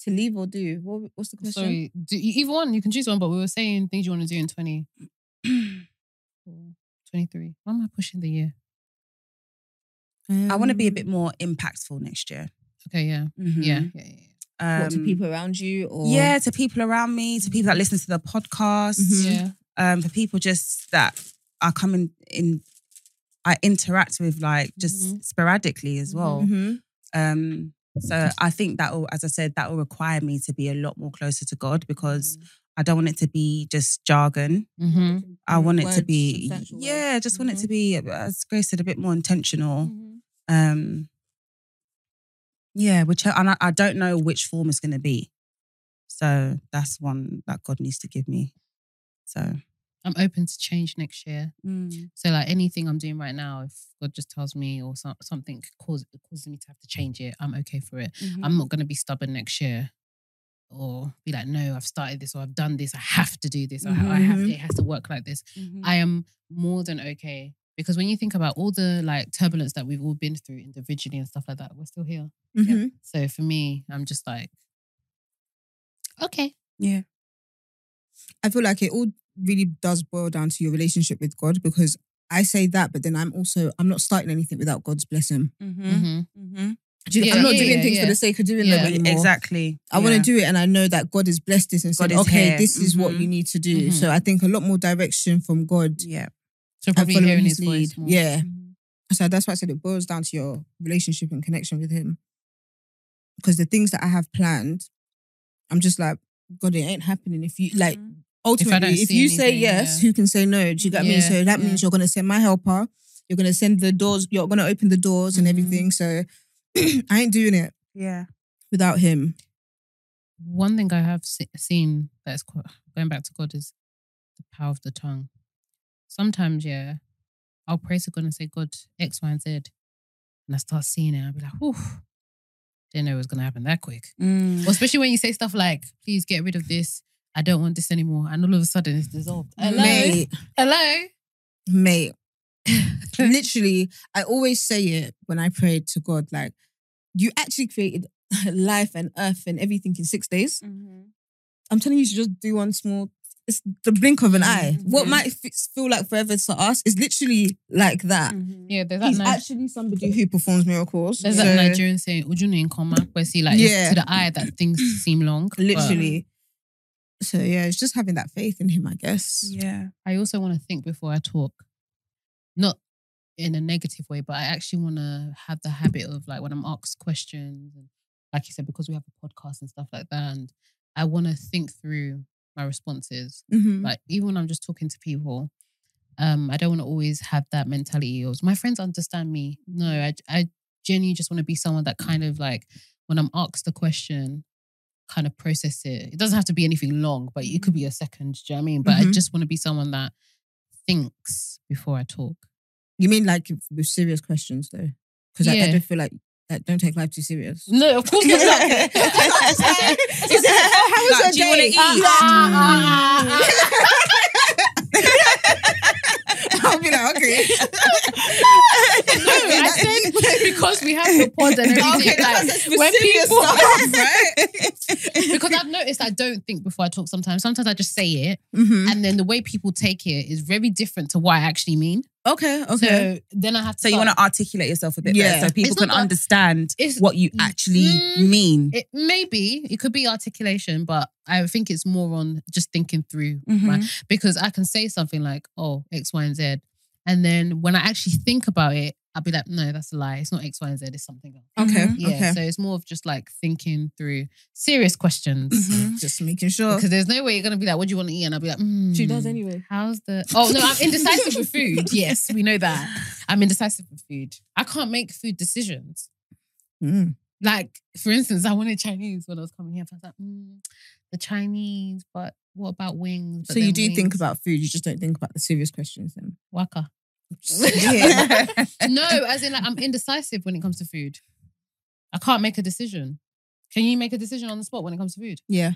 [SPEAKER 4] To leave or do? What, what's the question?
[SPEAKER 2] Sorry, do, you- either one you can choose one. But we were saying things you want to do in 20,
[SPEAKER 4] Mm.
[SPEAKER 2] 23. Why am I pushing the year?
[SPEAKER 3] I want to be a bit more impactful next year.
[SPEAKER 2] Okay, yeah,
[SPEAKER 3] Mhm.
[SPEAKER 2] yeah, yeah, yeah.
[SPEAKER 3] Um,
[SPEAKER 4] What, to people around you or
[SPEAKER 3] Yeah, to people around me, to people that listen to the podcast,
[SPEAKER 4] Mhm.
[SPEAKER 2] yeah.
[SPEAKER 3] um, for people just that are coming in, I interact with like just
[SPEAKER 4] Mm-hmm.
[SPEAKER 2] Mhm.
[SPEAKER 3] sporadically as well.
[SPEAKER 4] Mhm.
[SPEAKER 3] Um, so I think that will, as I said, that will require me to be a lot more closer to God because I don't want it to be just jargon.
[SPEAKER 2] Mm-hmm.
[SPEAKER 3] I want it to
[SPEAKER 4] Words,
[SPEAKER 3] be
[SPEAKER 4] substantial words.
[SPEAKER 3] yeah, I just want it
[SPEAKER 4] Mhm.
[SPEAKER 3] to be uh, as Grace said, a bit more intentional.
[SPEAKER 2] Mm-hmm. Mm.
[SPEAKER 3] Um yeah, which and I, I don't know which form it's gonna be. So that's one that God needs to give me. So
[SPEAKER 2] I'm open to change next year.
[SPEAKER 3] Mm.
[SPEAKER 2] So like anything I'm doing right now, if God just tells me or so, something cause, causes me to have to change it, I'm okay for it. I'm not going to be stubborn next year or be like, no, I've started this or I've done this. I have to do this. I, I have
[SPEAKER 4] Mhm.
[SPEAKER 2] it has to work like this.
[SPEAKER 3] Mhm.
[SPEAKER 4] Mm.
[SPEAKER 2] I am more than okay because when you think about all the like turbulence that we've all been through individually and stuff like that, we're still here.
[SPEAKER 4] Mhm.
[SPEAKER 2] So for me, I'm just like, okay,
[SPEAKER 3] yeah.
[SPEAKER 4] I feel like it all really does boil down to your relationship with God because I say that, but then I'm also I'm not starting anything without God's blessing.
[SPEAKER 3] mm-hmm,
[SPEAKER 2] hmm
[SPEAKER 4] Do you-
[SPEAKER 2] Yeah,
[SPEAKER 4] I'm not
[SPEAKER 2] yeah,
[SPEAKER 4] doing
[SPEAKER 2] yeah,
[SPEAKER 4] things for
[SPEAKER 2] yeah.
[SPEAKER 4] the sake of doing
[SPEAKER 2] Yeah.
[SPEAKER 4] them anymore.
[SPEAKER 3] Exactly.
[SPEAKER 4] I want
[SPEAKER 3] Yeah.
[SPEAKER 4] to do it, and I know that God has blessed this and
[SPEAKER 3] God
[SPEAKER 4] said,
[SPEAKER 3] is
[SPEAKER 4] "Okay,
[SPEAKER 3] here.
[SPEAKER 4] this is what
[SPEAKER 3] Mhm.
[SPEAKER 4] you need to do."
[SPEAKER 2] Mhm.
[SPEAKER 4] So I think a lot more direction from God
[SPEAKER 3] Yeah.
[SPEAKER 2] So
[SPEAKER 4] and
[SPEAKER 2] probably
[SPEAKER 4] following
[SPEAKER 2] hearing
[SPEAKER 4] His
[SPEAKER 2] his,
[SPEAKER 4] lead.
[SPEAKER 2] voice. More.
[SPEAKER 4] Yeah, so that's why I said it boils down to your relationship and connection with Him. Because the things that I have planned, I'm just like, God, it ain't happening. If you like,
[SPEAKER 2] Mm-hmm.
[SPEAKER 4] ultimately,
[SPEAKER 2] don't
[SPEAKER 4] if,
[SPEAKER 2] see
[SPEAKER 4] you say
[SPEAKER 2] anything,
[SPEAKER 4] yes,
[SPEAKER 2] yeah.
[SPEAKER 4] who can say no? Do you get what I mean?
[SPEAKER 2] Yeah,
[SPEAKER 4] So that
[SPEAKER 2] yeah.
[SPEAKER 4] means you're gonna send my helper. You're gonna send the doors. You're gonna open the doors and
[SPEAKER 2] Mhm.
[SPEAKER 4] everything. So I ain't doing it
[SPEAKER 3] Yeah.
[SPEAKER 4] without him.
[SPEAKER 2] one thing I have se- seen that's qu- going back to God is the power of the tongue. Sometimes, yeah, I'll pray to God and say, God, X, Y, and Z. And I start seeing it. I'll be like, whew, didn't know it was going to happen that quick.
[SPEAKER 4] Mm.
[SPEAKER 2] Or especially when you say stuff like, please get rid of this. I don't want this anymore. And all of a sudden it's dissolved. Hello?
[SPEAKER 4] Mate,
[SPEAKER 2] Hello?
[SPEAKER 4] mate. Literally, I always say it when I pray to God. Like, you actually created
[SPEAKER 2] Mm-hmm,
[SPEAKER 4] life and earth and everything in six days. I'm telling you to just do one small it's the blink of an eye.
[SPEAKER 2] Mhm.
[SPEAKER 4] What
[SPEAKER 2] Yeah.
[SPEAKER 4] might f- feel like forever to us is literally like that.
[SPEAKER 2] Yeah, there's that.
[SPEAKER 6] He's
[SPEAKER 2] Ni-
[SPEAKER 6] actually somebody who performs miracles.
[SPEAKER 2] there's
[SPEAKER 6] So,
[SPEAKER 2] that Nigerian saying "Ujunu in comma," where see like it's
[SPEAKER 4] Yeah.
[SPEAKER 2] to the eye that things seem long. but
[SPEAKER 6] literally. So yeah, it's just having that faith in him, I guess.
[SPEAKER 3] Yeah.
[SPEAKER 2] I also want to think before I talk, not in a negative way, but I actually want to have the habit of like when I'm asked questions, and like you said, because we have a podcast and stuff like that, and I want to think through my responses.
[SPEAKER 4] Mm-hmm. Mm.
[SPEAKER 6] Mhm.
[SPEAKER 2] Like even when I'm just talking to people, um, I don't want to always have that mentality of my friends understand me. No, I I genuinely just want to be someone that kind of like when I'm asked the question, kind of process it. It doesn't have to be anything long, but it could be a second. Do you know what I mean? But I
[SPEAKER 4] Mm-hmm.
[SPEAKER 6] Mhm.
[SPEAKER 2] just want to be someone that thinks before I talk.
[SPEAKER 4] You mean like with serious questions though? Because I,
[SPEAKER 2] Yeah.
[SPEAKER 4] I don't feel like like don't take life too serious.
[SPEAKER 2] No, of course not. "Oh,
[SPEAKER 4] oh, how
[SPEAKER 3] Like, do you wanna
[SPEAKER 4] Ah,
[SPEAKER 3] eat?
[SPEAKER 2] "Ah,
[SPEAKER 4] I'll be like, okay.
[SPEAKER 2] ah." No, I said because we have the pod and everything.
[SPEAKER 4] Okay,
[SPEAKER 2] like,
[SPEAKER 4] that's
[SPEAKER 2] when
[SPEAKER 4] serious
[SPEAKER 2] people,
[SPEAKER 4] stuff, right?
[SPEAKER 2] because I've noticed I don't think before I talk. Sometimes, sometimes I just say it,
[SPEAKER 4] Mhm.
[SPEAKER 2] and then the way people take it is very different to what I actually mean.
[SPEAKER 4] Okay,
[SPEAKER 2] So
[SPEAKER 4] okay.
[SPEAKER 2] then I have to.
[SPEAKER 3] So you
[SPEAKER 2] start-
[SPEAKER 3] want to articulate yourself a bit
[SPEAKER 4] Yeah.
[SPEAKER 3] better so people
[SPEAKER 2] It's
[SPEAKER 3] can
[SPEAKER 2] not that-
[SPEAKER 3] understand
[SPEAKER 2] It's
[SPEAKER 3] what you actually
[SPEAKER 2] Mm.
[SPEAKER 3] mean.
[SPEAKER 2] it maybe it could be articulation, but I think it's more on just thinking through
[SPEAKER 4] Mm-hmm.
[SPEAKER 2] my- because I can say something like, "Oh, X, Y, and Z," and then when I actually think about it, I'll be like, "No, that's a lie. It's not X, Y, and Z. It's something else."
[SPEAKER 4] Okay,
[SPEAKER 2] Yeah,
[SPEAKER 4] Mm-hmm. okay.
[SPEAKER 2] so it's more of just like thinking through serious questions
[SPEAKER 4] Just making sure.
[SPEAKER 2] because there's no way you're gonna be like, "What do you want to eat?" and I'll be like, mm,
[SPEAKER 4] anyway.
[SPEAKER 2] How's the? Oh no, I'm indecisive with food. Yes, we know that. I'm indecisive with food. I can't make food decisions.
[SPEAKER 4] Mm.
[SPEAKER 2] Like for instance, I wanted Chinese when I was coming here. So I was like, mm, the Chinese, but what about wings? But
[SPEAKER 4] So you
[SPEAKER 2] then
[SPEAKER 4] do
[SPEAKER 2] wings-
[SPEAKER 4] think about food, you just don't think about the serious questions then.
[SPEAKER 2] waka.
[SPEAKER 4] Yeah.
[SPEAKER 2] No, as in like I'm indecisive when it comes to food. I can't make a decision. Can you make a decision on the spot when it comes to food?
[SPEAKER 4] Yeah.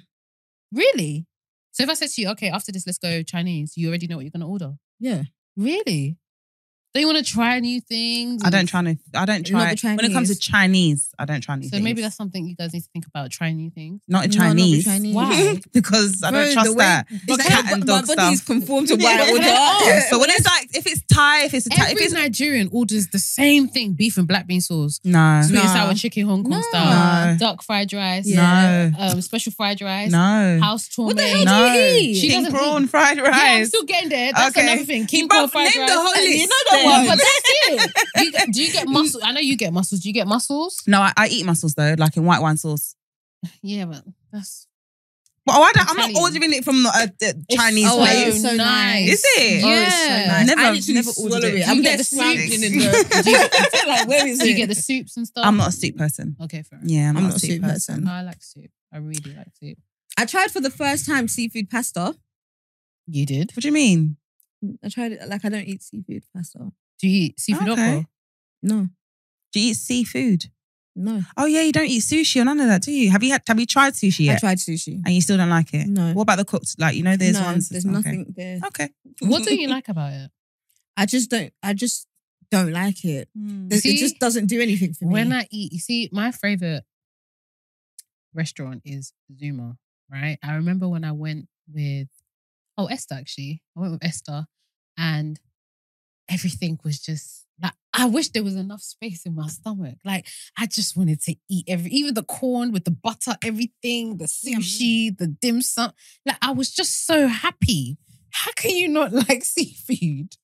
[SPEAKER 2] Really? So if I said to you, okay, after this, let's go Chinese. You already know what you're gonna order.
[SPEAKER 4] Yeah.
[SPEAKER 2] Really? Don't you want to try new things?
[SPEAKER 3] I don't
[SPEAKER 2] and-
[SPEAKER 3] try no, I don't try
[SPEAKER 4] Not the
[SPEAKER 3] when it comes to Chinese, I don't try new
[SPEAKER 2] So
[SPEAKER 3] things.
[SPEAKER 2] maybe that's something you guys need to think about. Try new things.
[SPEAKER 3] not a
[SPEAKER 4] No, not the
[SPEAKER 3] Chinese.
[SPEAKER 4] Chinese.
[SPEAKER 2] Why?
[SPEAKER 3] because I
[SPEAKER 4] Bro,
[SPEAKER 3] don't
[SPEAKER 4] the
[SPEAKER 3] trust
[SPEAKER 4] way-
[SPEAKER 3] that.
[SPEAKER 4] It's
[SPEAKER 3] It's
[SPEAKER 4] like
[SPEAKER 3] cat
[SPEAKER 4] how
[SPEAKER 3] and
[SPEAKER 4] my
[SPEAKER 3] dog
[SPEAKER 4] body
[SPEAKER 3] stuff.
[SPEAKER 4] is conformed to what I
[SPEAKER 2] Yeah.
[SPEAKER 4] order.
[SPEAKER 2] Yeah.
[SPEAKER 3] So when it's like if it's Thai, if it's Thai, if
[SPEAKER 2] Every
[SPEAKER 3] it's
[SPEAKER 2] Nigerian orders the same thing: beef and black bean sauce,
[SPEAKER 3] no,
[SPEAKER 2] sweet and
[SPEAKER 4] Nah.
[SPEAKER 2] sour chicken Hong Kong
[SPEAKER 4] No.
[SPEAKER 2] style,
[SPEAKER 3] No.
[SPEAKER 2] duck fried rice,
[SPEAKER 3] No.
[SPEAKER 2] um, special fried rice,
[SPEAKER 3] no,
[SPEAKER 2] house chorme.
[SPEAKER 4] What the hell
[SPEAKER 3] No.
[SPEAKER 4] do you eat?
[SPEAKER 2] She
[SPEAKER 3] king
[SPEAKER 2] doesn't
[SPEAKER 3] prawn fried rice.
[SPEAKER 2] Yeah, I'm still getting there. That's
[SPEAKER 3] Okay.
[SPEAKER 2] another thing. King
[SPEAKER 3] Bruv,
[SPEAKER 2] prawn fried
[SPEAKER 3] name
[SPEAKER 2] rice.
[SPEAKER 3] the whole list.
[SPEAKER 4] You know the
[SPEAKER 3] then.
[SPEAKER 4] one.
[SPEAKER 2] But that's it. You, do you get muscles? I know you get muscles. Do you get muscles?
[SPEAKER 3] No, I, I eat mussels though, like in white wine sauce.
[SPEAKER 2] Yeah, but that's
[SPEAKER 3] But why don't, I'm not
[SPEAKER 2] Italian.
[SPEAKER 3] ordering it from the, uh, the Chinese
[SPEAKER 4] so
[SPEAKER 3] place.
[SPEAKER 4] it's so nice.
[SPEAKER 3] Is it?
[SPEAKER 2] Yeah.
[SPEAKER 4] Oh, it's so nice.
[SPEAKER 3] Never-
[SPEAKER 4] I literally
[SPEAKER 3] never
[SPEAKER 4] swallow
[SPEAKER 3] ordered it.
[SPEAKER 4] it.
[SPEAKER 2] Do
[SPEAKER 4] I'm
[SPEAKER 2] you get
[SPEAKER 4] there
[SPEAKER 2] the
[SPEAKER 4] swamping
[SPEAKER 2] soups?
[SPEAKER 4] in the.
[SPEAKER 2] Do you-
[SPEAKER 4] like, where is
[SPEAKER 2] Do you
[SPEAKER 4] it?
[SPEAKER 2] get the soups and stuff?
[SPEAKER 3] I'm not a soup person.
[SPEAKER 2] Okay, fair enough.
[SPEAKER 3] Yeah, I'm,
[SPEAKER 4] I'm
[SPEAKER 3] not, a soup person.
[SPEAKER 2] I like soup. I really like soup.
[SPEAKER 4] I tried for the first time seafood pasta.
[SPEAKER 2] You did?
[SPEAKER 3] What do you mean?
[SPEAKER 4] I tried it. Like I don't eat seafood pasta.
[SPEAKER 2] Do you eat seafood
[SPEAKER 3] Okay.
[SPEAKER 2] okra?
[SPEAKER 4] No,
[SPEAKER 3] Do you eat seafood?
[SPEAKER 4] no.
[SPEAKER 3] Oh yeah, you don't eat sushi or none of that, do you? Have you had? Have you tried sushi
[SPEAKER 4] I
[SPEAKER 3] yet?
[SPEAKER 4] tried sushi.
[SPEAKER 3] and you still don't like it?
[SPEAKER 4] No.
[SPEAKER 3] What about the cooked? Like you know, there's
[SPEAKER 4] no,
[SPEAKER 3] ones.
[SPEAKER 4] There's
[SPEAKER 3] okay.
[SPEAKER 4] nothing there.
[SPEAKER 3] Okay.
[SPEAKER 2] What do you like about it?
[SPEAKER 4] I just don't. I just don't like it. There's-
[SPEAKER 2] See?
[SPEAKER 4] it just doesn't do anything for me.
[SPEAKER 2] When I eat, you see, my favorite restaurant is Zuma, right? I remember when I went with, oh, Esther, actually. I went with Esther and everything was just like, I wish there was enough space in my stomach. Like, I just wanted to eat every, even the corn with the butter, everything, the sushi, the dim sum. Like, I was just so happy. How can you not like seafood?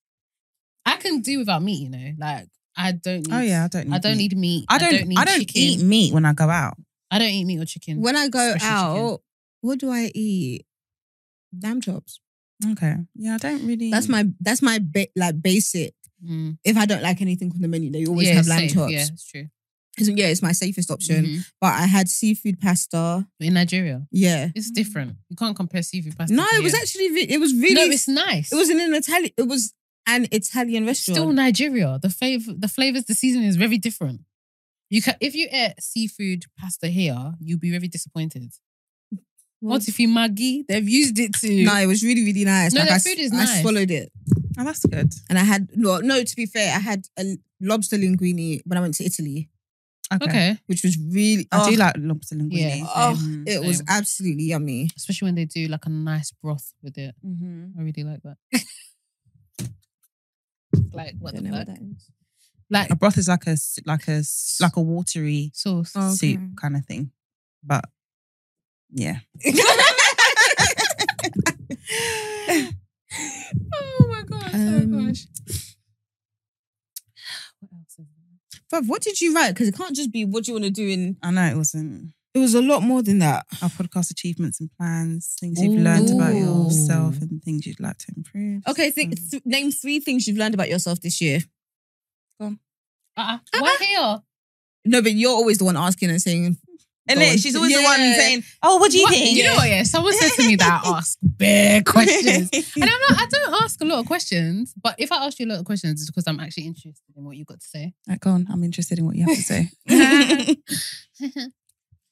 [SPEAKER 2] I can do without meat, you know? Like, I don't need
[SPEAKER 3] Oh yeah, I don't. Need
[SPEAKER 2] I
[SPEAKER 4] Mm-hmm.
[SPEAKER 2] don't
[SPEAKER 3] meat.
[SPEAKER 2] need meat.
[SPEAKER 3] I don't. I don't,
[SPEAKER 2] need chicken.
[SPEAKER 3] eat meat when I go out.
[SPEAKER 2] I don't eat meat or chicken.
[SPEAKER 4] when I go
[SPEAKER 2] Especially
[SPEAKER 4] out,
[SPEAKER 2] chicken.
[SPEAKER 4] what do I eat? Lamb chops.
[SPEAKER 3] Okay. Yeah, I don't really.
[SPEAKER 4] That's my that's my ba- like basic.
[SPEAKER 2] Mm.
[SPEAKER 4] If I don't like anything on the menu, they always
[SPEAKER 2] Yeah,
[SPEAKER 4] have lamb
[SPEAKER 2] safe.
[SPEAKER 4] chops.
[SPEAKER 2] Yeah, it's true.
[SPEAKER 4] It's- yeah, it's my safest option.
[SPEAKER 2] Mhm.
[SPEAKER 4] But I had seafood pasta.
[SPEAKER 2] In Nigeria,
[SPEAKER 4] Yeah.
[SPEAKER 2] it's different. You can't compare seafood pasta.
[SPEAKER 4] Mm. No,
[SPEAKER 2] to
[SPEAKER 4] it was
[SPEAKER 2] here.
[SPEAKER 4] actually re- it was really
[SPEAKER 2] no. It's nice.
[SPEAKER 4] it was in an Italian it was an Italian restaurant.
[SPEAKER 2] still Nigeria. The flavor, the flavors, the seasoning is very different. You can if you ate seafood pasta here, you'll be very disappointed. What if you maggi? They've used it to.
[SPEAKER 4] no, it was really really nice.
[SPEAKER 2] No,
[SPEAKER 4] like
[SPEAKER 2] their
[SPEAKER 4] I s-
[SPEAKER 2] food is
[SPEAKER 4] I
[SPEAKER 2] nice.
[SPEAKER 4] swallowed it
[SPEAKER 3] Oh, that's good.
[SPEAKER 4] and I had no. No, to be fair, I had a lobster linguine when I went to Italy.
[SPEAKER 2] Okay.
[SPEAKER 7] which was really.
[SPEAKER 3] I do
[SPEAKER 7] oh,
[SPEAKER 3] like lobster linguine.
[SPEAKER 2] Yeah.
[SPEAKER 3] so-
[SPEAKER 7] Oh,
[SPEAKER 3] Mm.
[SPEAKER 7] it was
[SPEAKER 2] Same.
[SPEAKER 7] absolutely yummy.
[SPEAKER 2] Especially when they do like a nice broth with it. I really like that. like what
[SPEAKER 4] Don't
[SPEAKER 2] the
[SPEAKER 4] know
[SPEAKER 2] fuck?
[SPEAKER 4] what that is.
[SPEAKER 2] Like
[SPEAKER 3] a broth is like a s- like a s- like a watery
[SPEAKER 2] sauce.
[SPEAKER 4] Oh. Okay.
[SPEAKER 3] soup kind of thing, but yeah,
[SPEAKER 2] Oh my gosh.
[SPEAKER 4] Um,
[SPEAKER 2] What else is there?
[SPEAKER 4] Bruv, what did you write? Because it can't just be what do you want to do in.
[SPEAKER 3] I know it wasn't.
[SPEAKER 7] It was a lot more than that.
[SPEAKER 3] Our podcast achievements and plans, things you've learned about
[SPEAKER 2] Ooh.
[SPEAKER 3] yourself, and things you'd like to improve.
[SPEAKER 4] Okay, think, th- name three things you've learned about yourself this year.
[SPEAKER 2] Uh-uh. What here?
[SPEAKER 4] No, but you're always the one asking and saying.
[SPEAKER 3] And
[SPEAKER 4] Go on.
[SPEAKER 3] then she's always the one
[SPEAKER 4] Yeah.
[SPEAKER 3] saying, "Oh, what do you
[SPEAKER 2] What-
[SPEAKER 3] think?"
[SPEAKER 2] You know what? Yeah, someone said to me that I ask big questions. And I'm not, I don't ask a lot of questions, but if I ask you a lot of questions, it's because I'm actually interested in what you got to say.
[SPEAKER 3] Right, go on. I'm interested in what you have to say.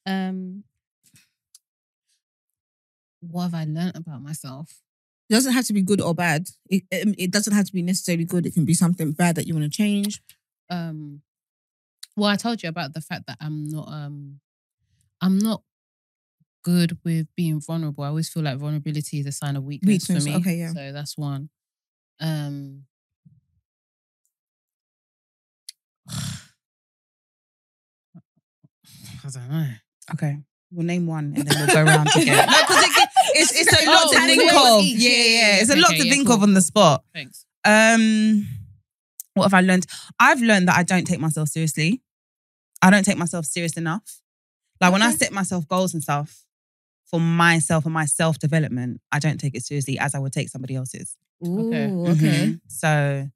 [SPEAKER 2] um, what have I learned about myself?
[SPEAKER 4] It doesn't have to be good or bad. It, um, it, it doesn't have to be necessarily good. It can be something bad that you want to change.
[SPEAKER 2] Um, well, I told you about the fact that I'm not, um, I'm not good with being vulnerable. I always feel like vulnerability is a sign of weakness,
[SPEAKER 7] Weakness,
[SPEAKER 2] for me.
[SPEAKER 7] okay, yeah.
[SPEAKER 2] So that's one. Um, I don't know.
[SPEAKER 3] okay, we'll name one and then we'll go around together. No, 'cause it- it's, it's a lot
[SPEAKER 2] Oh,
[SPEAKER 3] to
[SPEAKER 2] and
[SPEAKER 3] think
[SPEAKER 2] we will
[SPEAKER 3] of.
[SPEAKER 2] each,
[SPEAKER 3] Yeah,
[SPEAKER 2] yeah,
[SPEAKER 3] yeah,
[SPEAKER 2] yeah.
[SPEAKER 3] It's a lot
[SPEAKER 2] Okay,
[SPEAKER 3] to
[SPEAKER 2] yeah,
[SPEAKER 3] think
[SPEAKER 2] cool,
[SPEAKER 3] of on the
[SPEAKER 2] cool.
[SPEAKER 3] spot.
[SPEAKER 2] Thanks.
[SPEAKER 3] Um, what have I learned? I've learned that I don't take myself seriously. I don't take myself serious enough. Like when I set myself goals and stuff for myself and my self development, I don't take it seriously as I would take somebody else's.
[SPEAKER 4] Ooh,
[SPEAKER 2] Okay.
[SPEAKER 4] okay.
[SPEAKER 7] Mm-hmm.
[SPEAKER 3] Mhm. So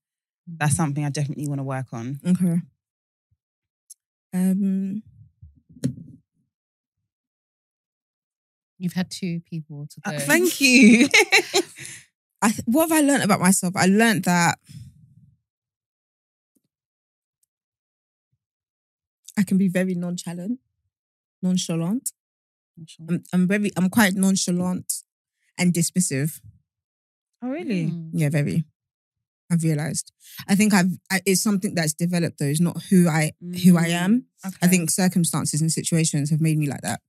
[SPEAKER 3] that's something I definitely want to work on.
[SPEAKER 4] Okay. Um,
[SPEAKER 2] You've had two people to go.
[SPEAKER 3] Uh, thank you.
[SPEAKER 7] I, th- what have I learned about myself? I learned that
[SPEAKER 4] I can be very nonchalant, nonchalant. I'm, I'm very, I'm quite nonchalant and dismissive.
[SPEAKER 3] oh, really?
[SPEAKER 2] Mm.
[SPEAKER 4] Yeah, very. I've realized. I think I've. I, it's something that's developed though. It's not who I who I am.
[SPEAKER 3] Mm, Okay.
[SPEAKER 4] I think circumstances and situations have made me like that.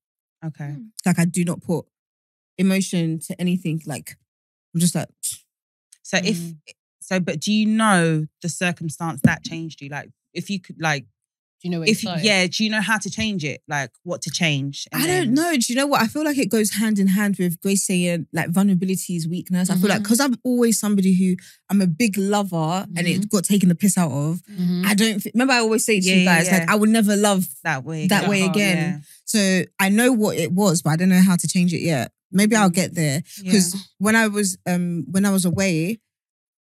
[SPEAKER 3] Okay.
[SPEAKER 4] Like I do not put emotion to anything. Like I'm just like
[SPEAKER 3] So if
[SPEAKER 4] Mm.
[SPEAKER 3] so, but do you know the circumstance that changed you? Like, if you could, like,
[SPEAKER 2] Do you know where
[SPEAKER 3] if
[SPEAKER 2] it started?
[SPEAKER 3] yeah, do you know how to change it? Like, what to change? And
[SPEAKER 4] I
[SPEAKER 3] then-
[SPEAKER 4] don't know. Do you know what? I feel like it goes hand in hand with Grace saying like vulnerability is weakness. I feel
[SPEAKER 3] Mm-hmm.
[SPEAKER 4] like
[SPEAKER 2] Mhm.
[SPEAKER 4] because I'm always somebody who I'm a big lover and it got taken the piss out of.
[SPEAKER 2] Mhm.
[SPEAKER 4] I don't thi- remember. I always say to
[SPEAKER 3] Mm-hmm. Yeah,
[SPEAKER 4] you
[SPEAKER 3] yeah,
[SPEAKER 4] guys like
[SPEAKER 3] yeah.
[SPEAKER 4] I would never love.
[SPEAKER 3] that way.
[SPEAKER 4] That
[SPEAKER 2] way
[SPEAKER 3] hard,
[SPEAKER 4] again. So I know what it was, but I don't know how to change it yet. Maybe I'll get there
[SPEAKER 3] Mm-hmm. yeah.
[SPEAKER 4] because when I was um when I was away,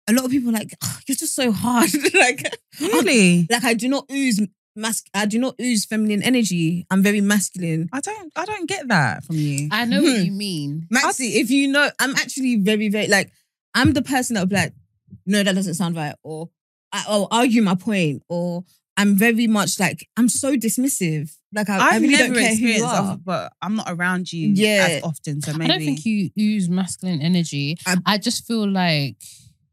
[SPEAKER 4] a lot of people were like "Oh, you're just so hard. like
[SPEAKER 3] Yeah. really.
[SPEAKER 4] like I do not ooze mas- I do not ooze feminine energy. I'm very masculine.
[SPEAKER 3] I don't. I don't get that from you.
[SPEAKER 2] I know what you mean.
[SPEAKER 4] Maxi, if you know, I'm actually very, very like, I'm the person that would be like, no, that doesn't sound right, or I, I'll argue my point, or I'm very much like, I'm so dismissive. Like, I, I
[SPEAKER 3] I've
[SPEAKER 4] really
[SPEAKER 3] never
[SPEAKER 4] don't care who you
[SPEAKER 3] experienced,
[SPEAKER 4] are.
[SPEAKER 3] that, but I'm not around you
[SPEAKER 4] Yeah.
[SPEAKER 3] as often. So
[SPEAKER 2] I
[SPEAKER 3] maybe
[SPEAKER 2] don't think you use masculine energy. I,
[SPEAKER 4] I-
[SPEAKER 2] just feel like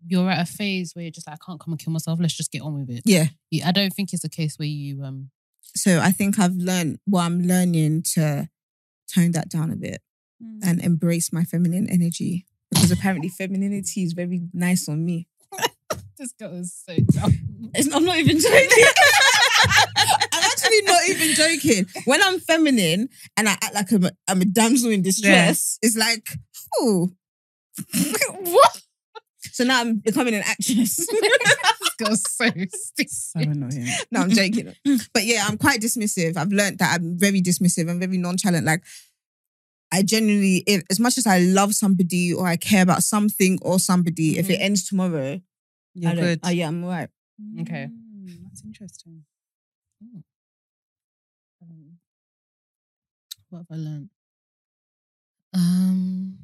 [SPEAKER 2] you're at a phase where you're just like, I can't come and kill myself. Let's just get on with it.
[SPEAKER 4] Yeah.
[SPEAKER 2] You- I don't think it's a case where you um.
[SPEAKER 4] So I think I've learned, well, I'm learning to tone that down a bit
[SPEAKER 3] Hmm.
[SPEAKER 4] and embrace my feminine energy because apparently femininity is very nice on me.
[SPEAKER 2] This girl is so dumb.
[SPEAKER 4] It's, I'm not even joking. I'm actually not even joking. When I'm feminine and I act like I'm a, I'm a damsel in distress, it's like, oh, what? So now I'm becoming an actress.
[SPEAKER 2] this girl's so
[SPEAKER 3] so
[SPEAKER 2] stupid.
[SPEAKER 3] annoying.
[SPEAKER 4] no, I'm joking. But yeah, I'm quite dismissive. I've learned that I'm very dismissive. I'm very nonchalant. Like, I genuinely, if, as much as I love somebody or I care about something or somebody, if it ends tomorrow,
[SPEAKER 3] Mm-hmm. You're
[SPEAKER 4] I don't-
[SPEAKER 3] good.
[SPEAKER 4] Oh, yeah, I'm all right.
[SPEAKER 2] Okay.
[SPEAKER 3] Mm, that's interesting.
[SPEAKER 2] Um, what have I learned? Um.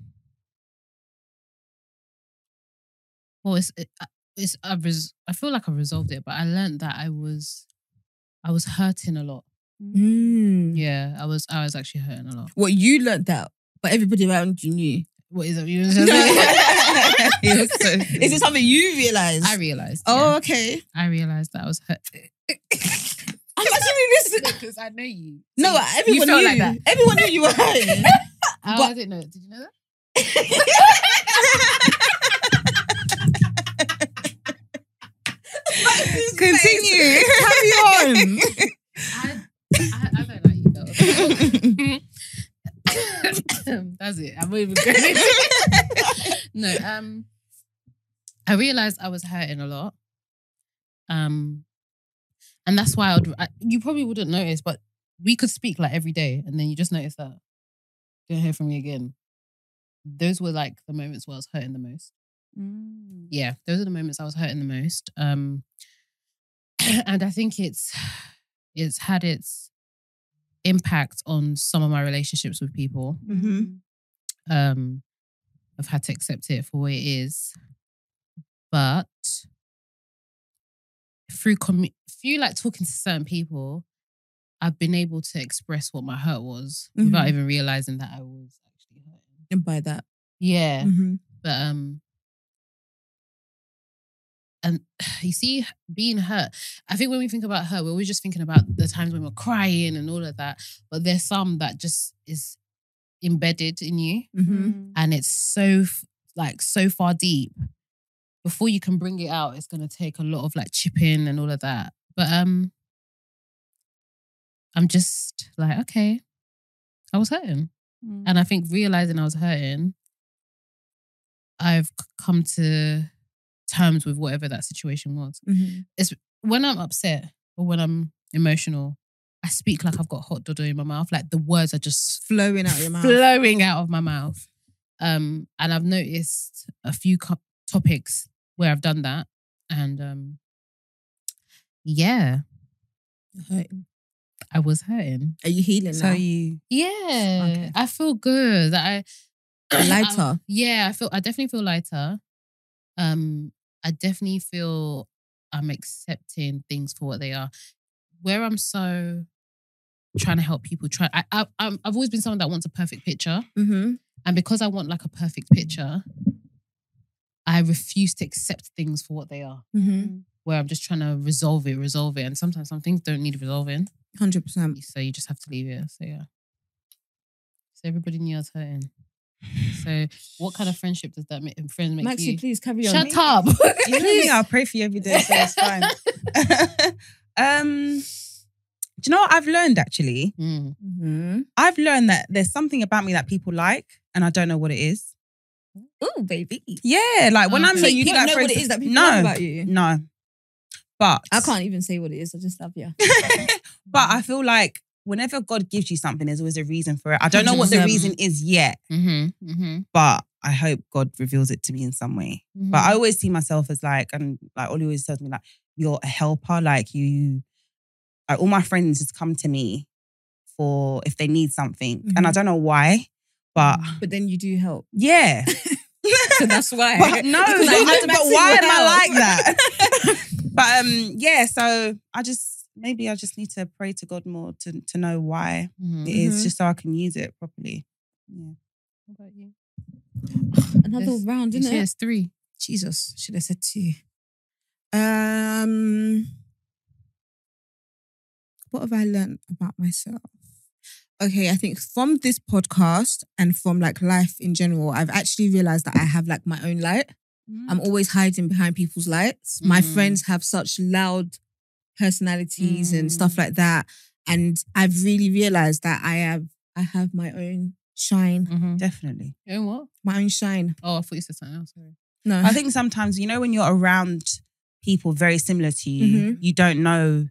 [SPEAKER 2] Well, it's it, uh, it's I res- I feel like I resolved it, but I learned that I was, I was hurting a lot.
[SPEAKER 3] Mm-hmm.
[SPEAKER 4] Mm.
[SPEAKER 2] Yeah, I was I was actually hurting a lot.
[SPEAKER 4] Well, you learned that, but everybody around you knew.
[SPEAKER 2] What is it? You
[SPEAKER 3] You're so
[SPEAKER 4] Is it something you realized?
[SPEAKER 2] I realized.
[SPEAKER 4] oh,
[SPEAKER 2] yeah.
[SPEAKER 4] okay.
[SPEAKER 2] I realized that I was hurt.
[SPEAKER 4] I
[SPEAKER 5] actually listening.
[SPEAKER 2] Because I know you.
[SPEAKER 5] No, everyone
[SPEAKER 2] felt
[SPEAKER 5] knew.
[SPEAKER 2] like that.
[SPEAKER 5] Everyone knew you were high.
[SPEAKER 4] Uh,
[SPEAKER 2] Oh, I
[SPEAKER 5] But-
[SPEAKER 2] didn't know. Did you know that?
[SPEAKER 3] Continue.
[SPEAKER 5] Carry on.
[SPEAKER 2] I, I, I don't like you though. That's it. I'm not even going. no, um, I realized I was hurting a lot, um, and that's why I would. I, you probably wouldn't notice, but we could speak like every day, and then you just notice that you don't hear from me again. Those were like the moments where I was hurting the most
[SPEAKER 3] Hmm.
[SPEAKER 2] yeah, those are the moments I was hurting the most. Um, and I think it's it's had its impact on some of my relationships with people.
[SPEAKER 3] Mm-hmm.
[SPEAKER 4] Mhm.
[SPEAKER 2] Um, I've had to accept it for what it is, but through commu- through like talking to certain people, I've been able to express what my hurt was without even realizing that I was actually hurting.
[SPEAKER 5] And by that, mm-hmm,
[SPEAKER 2] Yeah,
[SPEAKER 4] Mhm.
[SPEAKER 2] but um and you see being hurt i think when we think about hurt we're always just thinking about the times when we're crying and all of that but there's some that just is embedded in you
[SPEAKER 3] Hmm.
[SPEAKER 4] Mhm.
[SPEAKER 5] mm-hmm.
[SPEAKER 2] and it's so f- like so far deep before you can bring it out it's going to take a lot of like chipping and all of that but um i'm just like okay i was hurting and i think realizing i was hurting i've c- come to terms with whatever that situation was
[SPEAKER 5] Mm-hmm.
[SPEAKER 4] Mhm.
[SPEAKER 2] when i'm upset or when i'm emotional i speak like i've got hot dodo in my mouth like the words are just
[SPEAKER 4] Flowing out your mouth.
[SPEAKER 2] flowing out of my mouth. Um, and I've noticed a few co- topics where I've done that, and um, yeah,
[SPEAKER 5] hurting.
[SPEAKER 2] I was hurting.
[SPEAKER 5] are you healing
[SPEAKER 3] So
[SPEAKER 5] now?
[SPEAKER 3] you
[SPEAKER 2] Yeah,
[SPEAKER 3] Okay.
[SPEAKER 2] I feel good. That I
[SPEAKER 5] Lighter.
[SPEAKER 2] yeah, I feel. I definitely feel lighter. Um, I definitely feel I'm accepting things for what they are. Where I'm so trying to help people. Try. I, I, I'm, I've always been someone that wants a perfect picture.
[SPEAKER 5] Mm-hmm.
[SPEAKER 2] And because I want like a perfect picture, I refuse to accept things for what they are,
[SPEAKER 4] Mhm.
[SPEAKER 2] where I'm just trying to resolve it, resolve it. And sometimes some things don't need resolving.
[SPEAKER 4] 100%.
[SPEAKER 2] So you just have to leave it. So yeah. So everybody knew I was hurting. So what kind of friendship does that make friends make
[SPEAKER 5] Maxie,
[SPEAKER 2] you?
[SPEAKER 5] please carry on.
[SPEAKER 2] Shut up.
[SPEAKER 3] You know me, I'll pray for you every day, so it's fine. um, do you know what I've learned actually?
[SPEAKER 2] Mm.
[SPEAKER 5] Mm-hmm.
[SPEAKER 3] I've learned that there's something about me that people like, and I don't know what it is.
[SPEAKER 5] Ooh, baby.
[SPEAKER 3] Yeah, like when I'm
[SPEAKER 2] Okay.
[SPEAKER 5] So
[SPEAKER 3] you
[SPEAKER 5] you don't
[SPEAKER 3] like,
[SPEAKER 5] know
[SPEAKER 3] for
[SPEAKER 5] what it
[SPEAKER 3] instance-
[SPEAKER 5] is that people
[SPEAKER 3] no,
[SPEAKER 5] love about you.
[SPEAKER 3] no. But
[SPEAKER 5] I can't even say what it is. I just love you.
[SPEAKER 3] but I feel like whenever God gives you something, there's always a reason for it. I don't know what the
[SPEAKER 2] 100%.
[SPEAKER 3] reason is yet,
[SPEAKER 2] Mm-hmm. Mm-hmm.
[SPEAKER 3] but I hope God reveals it to me in some way. But
[SPEAKER 5] Mm-hmm.
[SPEAKER 3] I always see myself as like, and like Ollie always tells me, like, you're a helper. Like you, like all my friends just come to me for if they need something.
[SPEAKER 5] Mm-hmm.
[SPEAKER 3] And I don't know why, but
[SPEAKER 5] But then you do help.
[SPEAKER 3] yeah.
[SPEAKER 5] Mm-hmm. So that's why.
[SPEAKER 3] But no,
[SPEAKER 5] Because
[SPEAKER 3] like,
[SPEAKER 5] you know
[SPEAKER 3] but
[SPEAKER 5] Maxine
[SPEAKER 3] why
[SPEAKER 5] will
[SPEAKER 3] am I
[SPEAKER 5] help.
[SPEAKER 3] like that? but um, yeah, so I just maybe I just need to pray to God more to to know why
[SPEAKER 2] Mhm.
[SPEAKER 3] it is, just so I can use it properly. Yeah.
[SPEAKER 2] What about you?
[SPEAKER 5] Another
[SPEAKER 2] Yes.
[SPEAKER 5] round,
[SPEAKER 2] You
[SPEAKER 5] isn't
[SPEAKER 2] say
[SPEAKER 5] it?
[SPEAKER 2] it's three.
[SPEAKER 5] Jesus. Should have said two.
[SPEAKER 4] Um, what have I learned about myself? Okay, I think from this podcast and from like life in general, I've actually realized that I have like my own light.
[SPEAKER 3] Mm-hmm.
[SPEAKER 4] I'm always hiding behind people's lights. My
[SPEAKER 2] Mm.
[SPEAKER 4] friends have such loud personalities and
[SPEAKER 2] Mm.
[SPEAKER 4] stuff like that, and I've really realized that I have I have my own shine,
[SPEAKER 2] Mm-hmm.
[SPEAKER 3] Definitely.
[SPEAKER 2] You know what?
[SPEAKER 4] my own shine.
[SPEAKER 2] Oh, I thought you said something else. Sorry.
[SPEAKER 4] No,
[SPEAKER 3] I think sometimes, you know, when you're around people very similar to you, you don't know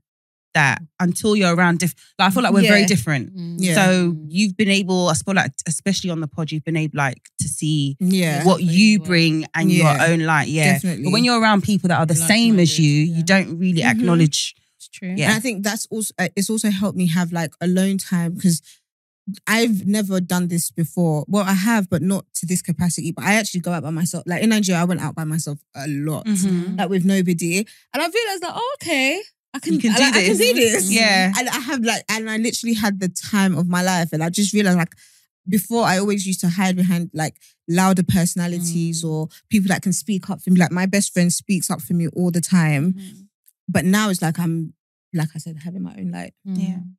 [SPEAKER 3] that until you're around diff like I feel like we're very
[SPEAKER 4] Yeah.
[SPEAKER 3] different.
[SPEAKER 2] Mm.
[SPEAKER 4] Yeah.
[SPEAKER 3] So you've been able, I feel like especially on the pod, you've been able like to see
[SPEAKER 4] yeah,
[SPEAKER 3] what
[SPEAKER 2] Who
[SPEAKER 3] you
[SPEAKER 2] you are.
[SPEAKER 3] bring and
[SPEAKER 4] Yeah.
[SPEAKER 3] your own light. Yeah.
[SPEAKER 4] definitely.
[SPEAKER 3] But when you're around people that are the same as
[SPEAKER 2] Like-minded,
[SPEAKER 3] you,
[SPEAKER 2] yeah.
[SPEAKER 3] you don't really
[SPEAKER 4] Mhm.
[SPEAKER 3] acknowledge.
[SPEAKER 2] it's true.
[SPEAKER 3] Yeah.
[SPEAKER 4] And I think that's also uh, it's also helped me have like alone time because I've never done this before. Well, I have, but not to this capacity. But I actually go out by myself. Like in Nigeria, I went out by myself a lot,
[SPEAKER 3] Mm-hmm.
[SPEAKER 2] Mhm.
[SPEAKER 4] like with nobody, and I realized that oh, okay, I can,
[SPEAKER 3] You can do
[SPEAKER 4] like, I can
[SPEAKER 3] this.
[SPEAKER 4] do this.
[SPEAKER 3] Yeah.
[SPEAKER 4] And I have like, and I literally had the time of my life, and I just realized like. Before I always used to hide behind like louder personalities
[SPEAKER 3] Mm.
[SPEAKER 4] or people that can
[SPEAKER 2] Mm-hmm.
[SPEAKER 4] speak up for me. Like my best friend speaks up for me all the time. But now it's like I'm like I said, having my own light.
[SPEAKER 3] Yeah.
[SPEAKER 2] Mm.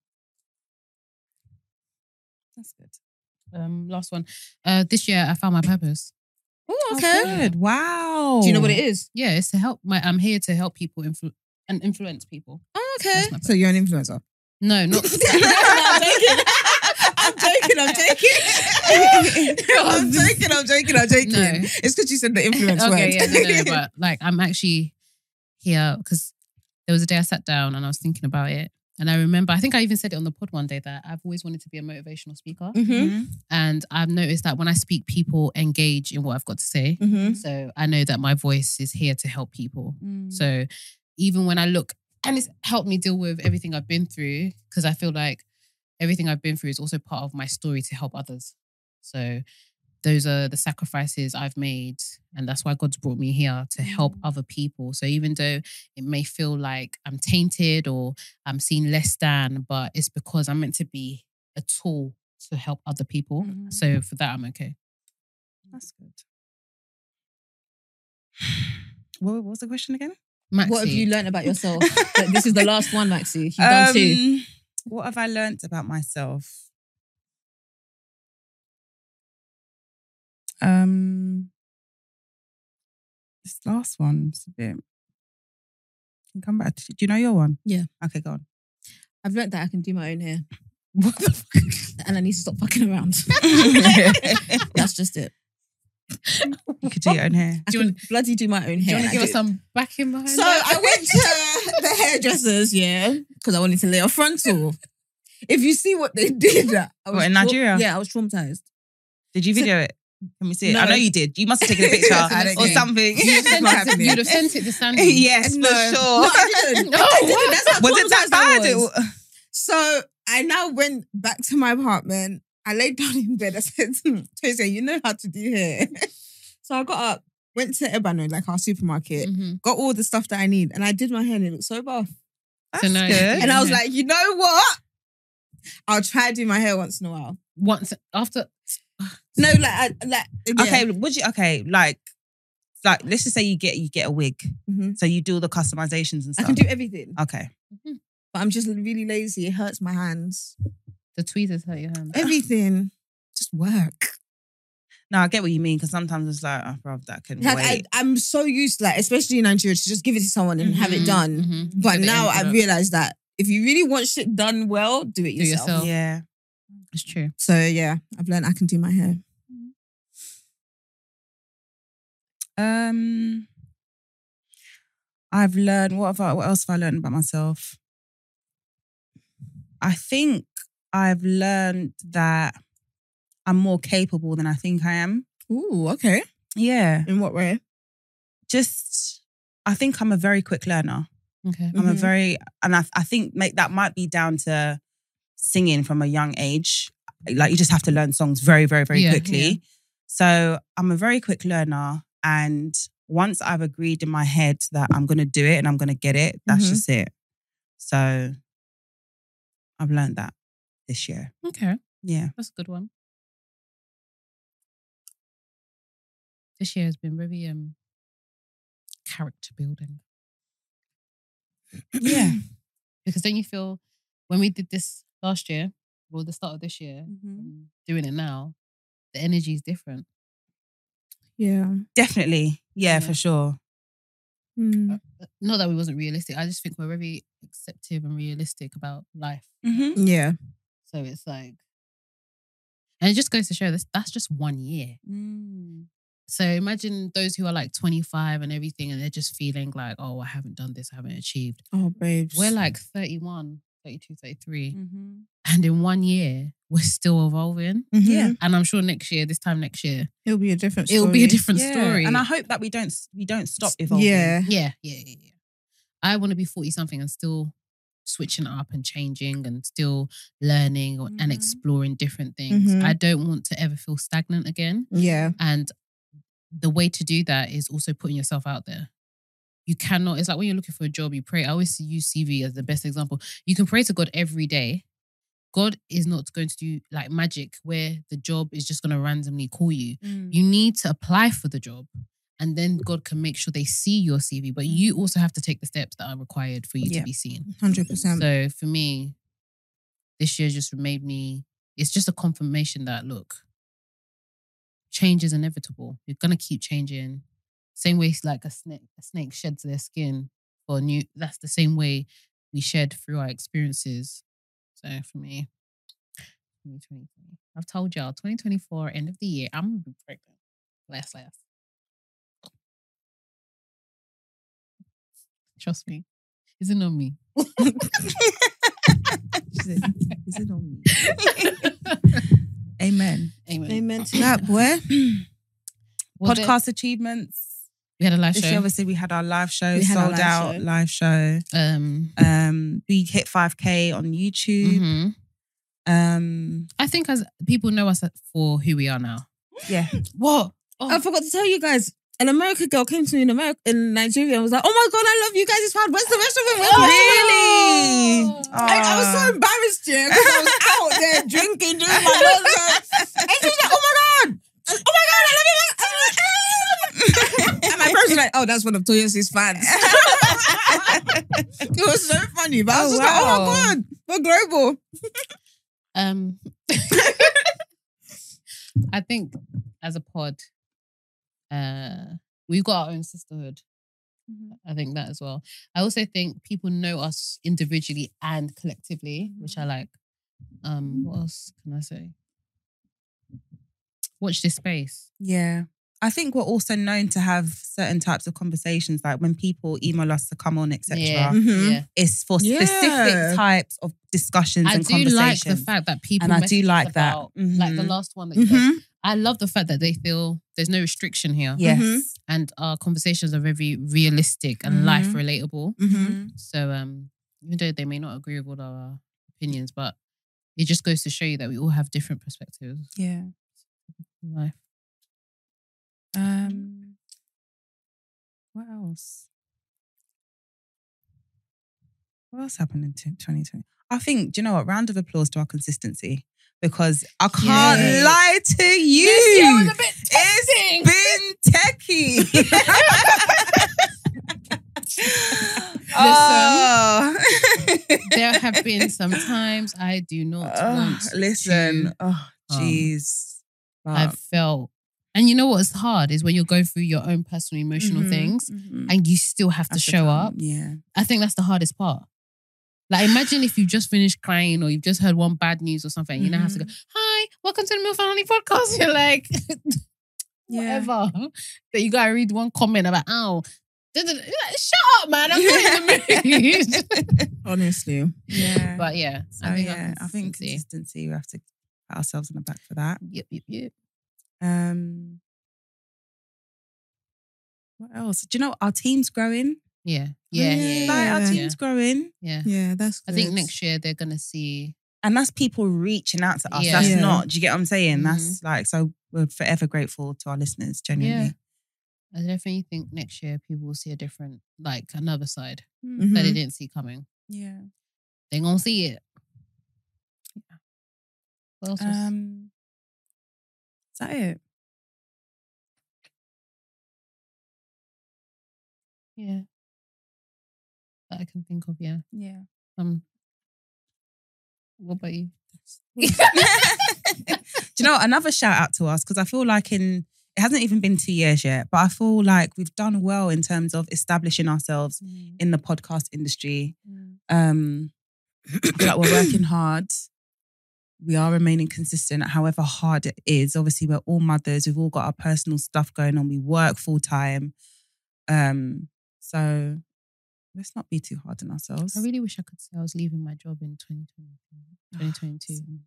[SPEAKER 3] That's good.
[SPEAKER 2] Um, last one. Uh, this year I found my purpose.
[SPEAKER 4] Oh,
[SPEAKER 3] Good. Wow.
[SPEAKER 4] Do you know what it is?
[SPEAKER 2] Yeah, it's to help. My I'm here to help people influ- and influence people.
[SPEAKER 4] Oh,
[SPEAKER 2] That's my
[SPEAKER 4] So you're an influencer.
[SPEAKER 2] No, not.
[SPEAKER 4] I'm joking. I'm joking. I'm joking.
[SPEAKER 3] I'm joking. I'm joking. I'm joking.
[SPEAKER 2] No.
[SPEAKER 3] It's because you said the influence
[SPEAKER 2] okay,
[SPEAKER 3] word.
[SPEAKER 2] yeah, no, no, but like I'm actually here because there was a day I sat down and I was thinking about it. And I remember, I think I even said it on the pod one day that I've always wanted to be a motivational speaker.
[SPEAKER 4] Mm-hmm.
[SPEAKER 2] And I've noticed that when I speak, people engage in what I've got to say.
[SPEAKER 4] Mm-hmm.
[SPEAKER 2] So I know that my voice is here to help people. So even when I look, and it's helped me deal with everything I've been through, because I feel like everything I've been through is also part of my story to help others. So those are the sacrifices I've made. And that's why God's brought me here to help
[SPEAKER 4] Mm.
[SPEAKER 2] other people. So even though it may feel like I'm tainted or I'm seen less than, but it's because I'm meant to be a tool to help other people.
[SPEAKER 3] Mhm.
[SPEAKER 2] So
[SPEAKER 4] Mm.
[SPEAKER 2] for that, I'm okay.
[SPEAKER 3] That's good. What, what was the question again?
[SPEAKER 2] Maxi,
[SPEAKER 4] What have you learned about yourself? But this is the last one, Maxi. You've done two.
[SPEAKER 3] Um, What have I learnt about myself? Um, this last one's a bit. Can come back. to- Do you know your one?
[SPEAKER 4] Yeah.
[SPEAKER 3] Okay, go on.
[SPEAKER 4] I've learned that I can do my own hair. And I need to stop fucking around. That's just it.
[SPEAKER 3] you could do your own hair.
[SPEAKER 4] I
[SPEAKER 2] Do you
[SPEAKER 4] can bloody do my own
[SPEAKER 2] Do you
[SPEAKER 4] hair.
[SPEAKER 2] want to give
[SPEAKER 4] I
[SPEAKER 2] us some backing behind
[SPEAKER 4] So
[SPEAKER 2] that?
[SPEAKER 4] I went to the hairdressers, yeah, because I wanted to lay a frontal. If you see what they did, I was
[SPEAKER 3] in
[SPEAKER 4] trau-
[SPEAKER 3] Nigeria?
[SPEAKER 4] yeah, I was traumatized.
[SPEAKER 3] Did you video it? Can we see it? I
[SPEAKER 4] No.
[SPEAKER 3] know you did. You must have taken a picture
[SPEAKER 4] I don't
[SPEAKER 3] or
[SPEAKER 4] think-
[SPEAKER 3] something.
[SPEAKER 2] You'd have
[SPEAKER 3] Not
[SPEAKER 2] sent it-
[SPEAKER 3] happening.
[SPEAKER 2] you'd have sent it to Sandy.
[SPEAKER 3] yes,
[SPEAKER 4] Mm. No.
[SPEAKER 3] for sure.
[SPEAKER 4] No, I didn't.
[SPEAKER 2] No,
[SPEAKER 4] I didn't. That's how
[SPEAKER 3] was it that
[SPEAKER 4] traumatized I
[SPEAKER 3] bad? It
[SPEAKER 4] was.
[SPEAKER 3] w-
[SPEAKER 4] So I now went back to my apartment. I laid down in bed. I said, hmm, Tracy, you know how to do hair. so I got up, went to Ebano, like our supermarket,
[SPEAKER 3] Mm.
[SPEAKER 2] Mhm.
[SPEAKER 4] got all the stuff that I need, and I did my hair and it looked so buff.
[SPEAKER 3] That's
[SPEAKER 2] So no,
[SPEAKER 3] good.
[SPEAKER 4] And I was
[SPEAKER 2] Yeah.
[SPEAKER 4] like, you know what? I'll try do my hair once in a while.
[SPEAKER 2] Once after,
[SPEAKER 4] No, like, I, like yeah.
[SPEAKER 3] Okay, would you? Okay, like, like let's just say you get you get a wig,
[SPEAKER 4] Mhm.
[SPEAKER 3] so you do all the customizations and
[SPEAKER 4] I
[SPEAKER 3] stuff.
[SPEAKER 4] can do everything,
[SPEAKER 3] okay,
[SPEAKER 4] but I'm just really lazy. It hurts my hands.
[SPEAKER 2] the tweezers hurt your hand.
[SPEAKER 4] Everything, just work.
[SPEAKER 3] no, I get what you mean because sometimes it's like, oh, bro, that can
[SPEAKER 4] Like I,
[SPEAKER 3] wait.
[SPEAKER 4] I'm so used, like especially in Nigeria, to just give it to someone and have Mm-hmm. it
[SPEAKER 2] Mhm,
[SPEAKER 4] done.
[SPEAKER 2] mhm.
[SPEAKER 4] But
[SPEAKER 2] Get the
[SPEAKER 4] now
[SPEAKER 2] end
[SPEAKER 4] I
[SPEAKER 2] product.
[SPEAKER 4] realize that if you really want shit done well, do it yourself.
[SPEAKER 2] yourself. I-
[SPEAKER 3] yeah,
[SPEAKER 2] it's true.
[SPEAKER 4] So yeah, I've learned I can do my hair.
[SPEAKER 3] Um, I've learned what have I, what else have I learned about myself? I think I've learned that I'm more capable than I think I am.
[SPEAKER 4] Ooh, okay.
[SPEAKER 3] Yeah,
[SPEAKER 4] In what way?
[SPEAKER 3] just I think I'm a very quick learner.
[SPEAKER 2] Okay.
[SPEAKER 3] I'm a
[SPEAKER 4] Mhm.
[SPEAKER 3] very, and I, I think make, that might be down to singing from a young age. Like you just have to learn songs very, very, very
[SPEAKER 2] Yeah,
[SPEAKER 3] quickly.
[SPEAKER 2] yeah.
[SPEAKER 3] So I'm a very quick learner. And once I've agreed in my head that I'm going to do it and I'm going to get it, that's
[SPEAKER 4] Mhm.
[SPEAKER 3] just it. So I've learned that this year.
[SPEAKER 2] Okay.
[SPEAKER 3] Yeah.
[SPEAKER 2] That's a good one. This year has been very um character building.
[SPEAKER 3] Yeah.
[SPEAKER 2] Because don't you feel when we did this last year, or the start of this year,
[SPEAKER 4] Mm-hmm.
[SPEAKER 2] and doing it now, the energy is different.
[SPEAKER 4] Yeah.
[SPEAKER 3] Definitely. Yeah,
[SPEAKER 2] Yeah.
[SPEAKER 3] for sure.
[SPEAKER 4] Mm.
[SPEAKER 2] Not that we wasn't realistic. I just think we're very acceptive and realistic about life.
[SPEAKER 3] Mm-hmm.
[SPEAKER 4] Yeah.
[SPEAKER 2] So it's like, and it just goes to show this that's just one year.
[SPEAKER 4] Mm.
[SPEAKER 2] So imagine those who are like 25 and everything, and they're just feeling like, oh, I haven't done this, I haven't achieved.
[SPEAKER 4] Oh, babes.
[SPEAKER 2] We're like 31, 32, 33.
[SPEAKER 3] Mm-hmm.
[SPEAKER 2] And in one year, we're still evolving.
[SPEAKER 4] Mhm.
[SPEAKER 3] Yeah.
[SPEAKER 2] And I'm sure next year, this time next year,
[SPEAKER 4] it'll be a different.
[SPEAKER 2] it'll be a
[SPEAKER 4] story.
[SPEAKER 2] different story.
[SPEAKER 3] And I hope that we don't we don't stop evolving.
[SPEAKER 4] Yeah.
[SPEAKER 2] yeah, yeah, yeah, yeah. I want to be 40 something and still switching up and changing and still learning or, and
[SPEAKER 3] Mhm.
[SPEAKER 2] exploring different things.
[SPEAKER 4] Mhm.
[SPEAKER 3] Mm-hmm.
[SPEAKER 2] I don't want to ever feel stagnant again.
[SPEAKER 4] Yeah.
[SPEAKER 2] And the way to do that is also putting yourself out there. You cannot, it's like when you're looking for a job, you pray. I always use CV as the best example. You can pray to God every day. God is not going to do like magic where the job is just going to randomly call you. You need to apply for the job and then God can make sure they see your CV. But you also have to take the steps that are required for you
[SPEAKER 3] Yeah.
[SPEAKER 2] to be seen.
[SPEAKER 4] Hundred percent.
[SPEAKER 2] So for me, this year just made me. It's just a confirmation that look, change is inevitable. You're gonna keep changing. Same way, it's like a snake, a snake sheds their skin for a new. That's the same way we shed through our experiences. So for me, 2023. I've told y'all, 2024, end of the year, I'm gonna be pregnant. Last, last. Trust me, it's not on me.
[SPEAKER 3] Is it on me? Amen.
[SPEAKER 2] Amen.
[SPEAKER 4] Amen to that, boy.
[SPEAKER 2] Well, there-
[SPEAKER 3] Podcast achievements.
[SPEAKER 2] We had a live
[SPEAKER 3] This year,
[SPEAKER 2] show.
[SPEAKER 3] obviously, we had our live show,
[SPEAKER 4] We had our
[SPEAKER 3] sold
[SPEAKER 4] live
[SPEAKER 3] out
[SPEAKER 4] show.
[SPEAKER 3] live show.
[SPEAKER 2] Um,
[SPEAKER 3] Um, we hit 5K on YouTube.
[SPEAKER 2] mhm.
[SPEAKER 3] Um,
[SPEAKER 2] I think as people know us for who we are now. Oh,
[SPEAKER 3] yeah.
[SPEAKER 4] What?
[SPEAKER 3] Oh.
[SPEAKER 4] I forgot to tell you guys. An American girl came to me in America in Nigeria and was like, "Oh my god, I love you guys! It's proud. Where's the rest of it? Where's
[SPEAKER 3] Oh.
[SPEAKER 4] the
[SPEAKER 3] Really?
[SPEAKER 2] oh.
[SPEAKER 4] I, I was
[SPEAKER 2] Ah.
[SPEAKER 4] so embarrassed, yeah, because I was out there drinking, doing my nonsense. And she was like, oh my God. Oh my God, I love you. I love you. And my parents were like, oh, that's one of Toyosi's fans. it was so funny, but I was
[SPEAKER 3] Oh,
[SPEAKER 4] just like, oh
[SPEAKER 3] wow.
[SPEAKER 4] my God, we're global.
[SPEAKER 2] Um, I think as a pod, uh, we've got our own sisterhood. I think that as well. I also think people know us individually and collectively, which I like. Um, what else can I say? Watch this space.
[SPEAKER 3] Yeah. I think we're also known to have certain types of conversations, like when people email us to come on, etc.
[SPEAKER 2] Yeah,
[SPEAKER 4] Mhm.
[SPEAKER 2] yeah.
[SPEAKER 3] It's for
[SPEAKER 4] Yeah.
[SPEAKER 3] specific types of discussions
[SPEAKER 2] I
[SPEAKER 3] and
[SPEAKER 2] do like
[SPEAKER 3] conversations.
[SPEAKER 2] the fact that people
[SPEAKER 3] And I do
[SPEAKER 2] message us
[SPEAKER 3] like that.
[SPEAKER 2] about, like the
[SPEAKER 3] Mhm.
[SPEAKER 2] last one that you guys-
[SPEAKER 4] Mhm.
[SPEAKER 2] I love the fact that they feel there's no restriction here,
[SPEAKER 3] yes.
[SPEAKER 2] and our conversations are very realistic and
[SPEAKER 3] Mhm.
[SPEAKER 2] life relatable.
[SPEAKER 4] Mhm.
[SPEAKER 3] Mm-hmm.
[SPEAKER 2] So, um, even though they may not agree with all our opinions, but it just goes to show you that we all have different perspectives
[SPEAKER 3] Yeah.
[SPEAKER 2] in life.
[SPEAKER 3] Um, what else? What else happened in t- 2020? I think, do you know what? Round of applause to our consistency because I can't
[SPEAKER 2] Yes.
[SPEAKER 3] lie to you. it's been techie. oh,
[SPEAKER 2] there have been some times I do not
[SPEAKER 3] oh,
[SPEAKER 2] want.
[SPEAKER 3] listen.
[SPEAKER 2] to-
[SPEAKER 3] Oh,
[SPEAKER 2] um,
[SPEAKER 3] jeez.
[SPEAKER 2] I've felt, and you know what's hard is when you're going through your own personal emotional
[SPEAKER 3] Mhm,
[SPEAKER 2] things,
[SPEAKER 3] mhm.
[SPEAKER 2] and you still have to
[SPEAKER 3] Have
[SPEAKER 2] show
[SPEAKER 3] come,
[SPEAKER 2] up.
[SPEAKER 3] Yeah.
[SPEAKER 2] I think that's the hardest part. Like, imagine if you just finished crying or you've just heard one bad news or something, you now have to
[SPEAKER 3] Mm-hmm.
[SPEAKER 2] go, Hi, welcome to the Milf and Honey podcast. You're like,
[SPEAKER 3] Yeah.
[SPEAKER 2] whatever. That you gotta read one comment about, oh, da- da- da." You're like, shut up, man. I'm not in the mood.
[SPEAKER 4] Honestly.
[SPEAKER 3] Yeah.
[SPEAKER 2] but yeah,
[SPEAKER 3] So I think yeah, I think
[SPEAKER 2] consistency.
[SPEAKER 3] consistency. We have to pat ourselves on the back for that.
[SPEAKER 2] Yep, yep, yep.
[SPEAKER 3] Um, what else? Do you know our team's growing?
[SPEAKER 2] Yeah, yeah, yeah.
[SPEAKER 4] Yeah.
[SPEAKER 3] Oh, Like,
[SPEAKER 2] yeah,
[SPEAKER 3] our
[SPEAKER 2] yeah,
[SPEAKER 3] team's growing,
[SPEAKER 2] yeah.
[SPEAKER 4] Yeah, that's
[SPEAKER 2] I
[SPEAKER 4] good.
[SPEAKER 2] think next year they're gonna see.
[SPEAKER 3] and that's people reaching out to us.
[SPEAKER 2] Yeah.
[SPEAKER 3] That's
[SPEAKER 4] Yeah.
[SPEAKER 3] not. Do you get what I'm saying? That's like so. We're forever grateful to our listeners. Genuinely,
[SPEAKER 2] I definitely think next year people will see a different, like another side
[SPEAKER 3] Mm.
[SPEAKER 2] that they
[SPEAKER 4] Mhm.
[SPEAKER 2] didn't see coming.
[SPEAKER 3] yeah.
[SPEAKER 2] they gonna see it. What else was-
[SPEAKER 3] Um, is that it?
[SPEAKER 2] yeah. That I can think of, yeah.
[SPEAKER 3] Yeah.
[SPEAKER 2] Um what about you?
[SPEAKER 3] Do you know what? another shout out to us because I feel like in it hasn't even been two years yet, but I feel like we've done well in terms of establishing ourselves
[SPEAKER 2] Mm,
[SPEAKER 3] in the podcast industry. Um, I feel like we're working hard. We are remaining consistent, however hard it is. Obviously, we're all mothers. We've all got our personal stuff going on. We work full time. Um, so let's not be too hard on ourselves.
[SPEAKER 2] I really wish I could say I was leaving my job in 2020, 2022.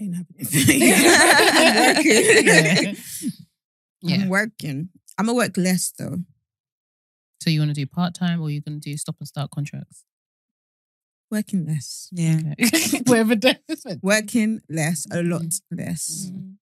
[SPEAKER 4] Ain't happening. I'm working.
[SPEAKER 2] yeah. Yeah.
[SPEAKER 4] I'm working. I'm gonna work less though.
[SPEAKER 2] So you wanna do part time or you're gonna do stop and start contracts?
[SPEAKER 4] Working less.
[SPEAKER 3] yeah.
[SPEAKER 2] Okay. Whatever that is.
[SPEAKER 4] Working less, a lot less.
[SPEAKER 3] Mhm.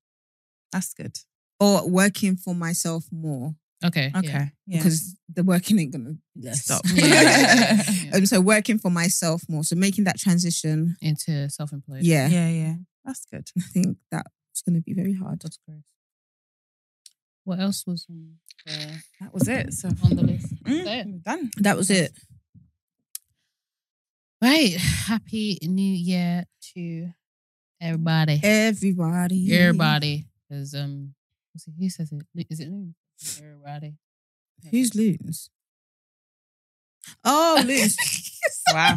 [SPEAKER 3] That's good.
[SPEAKER 4] Or working for myself more.
[SPEAKER 2] Okay. yeah.
[SPEAKER 3] Okay. Yeah.
[SPEAKER 4] Because the working ain't gonna be less.
[SPEAKER 3] Stop.
[SPEAKER 2] Yeah. Yeah.
[SPEAKER 4] um, so working for myself more. So making that transition.
[SPEAKER 2] Into self employed.
[SPEAKER 4] Yeah.
[SPEAKER 3] yeah, yeah. That's good.
[SPEAKER 4] I think that It's going to be very hard.
[SPEAKER 2] Oh, What else was on the,
[SPEAKER 3] That was it. So
[SPEAKER 2] on the list?
[SPEAKER 3] Mm,
[SPEAKER 2] That's it.
[SPEAKER 3] we're done.
[SPEAKER 4] That was it.
[SPEAKER 2] Right. Happy New Year to everybody.
[SPEAKER 4] Everybody.
[SPEAKER 2] Everybody. Because um, what's it, who says it? Lu- Is it Loon? Everybody.
[SPEAKER 4] Who's Loons? Oh, Loons.
[SPEAKER 3] Wow.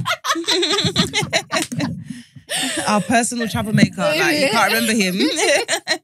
[SPEAKER 3] Our personal troublemaker. Like, you can't remember him.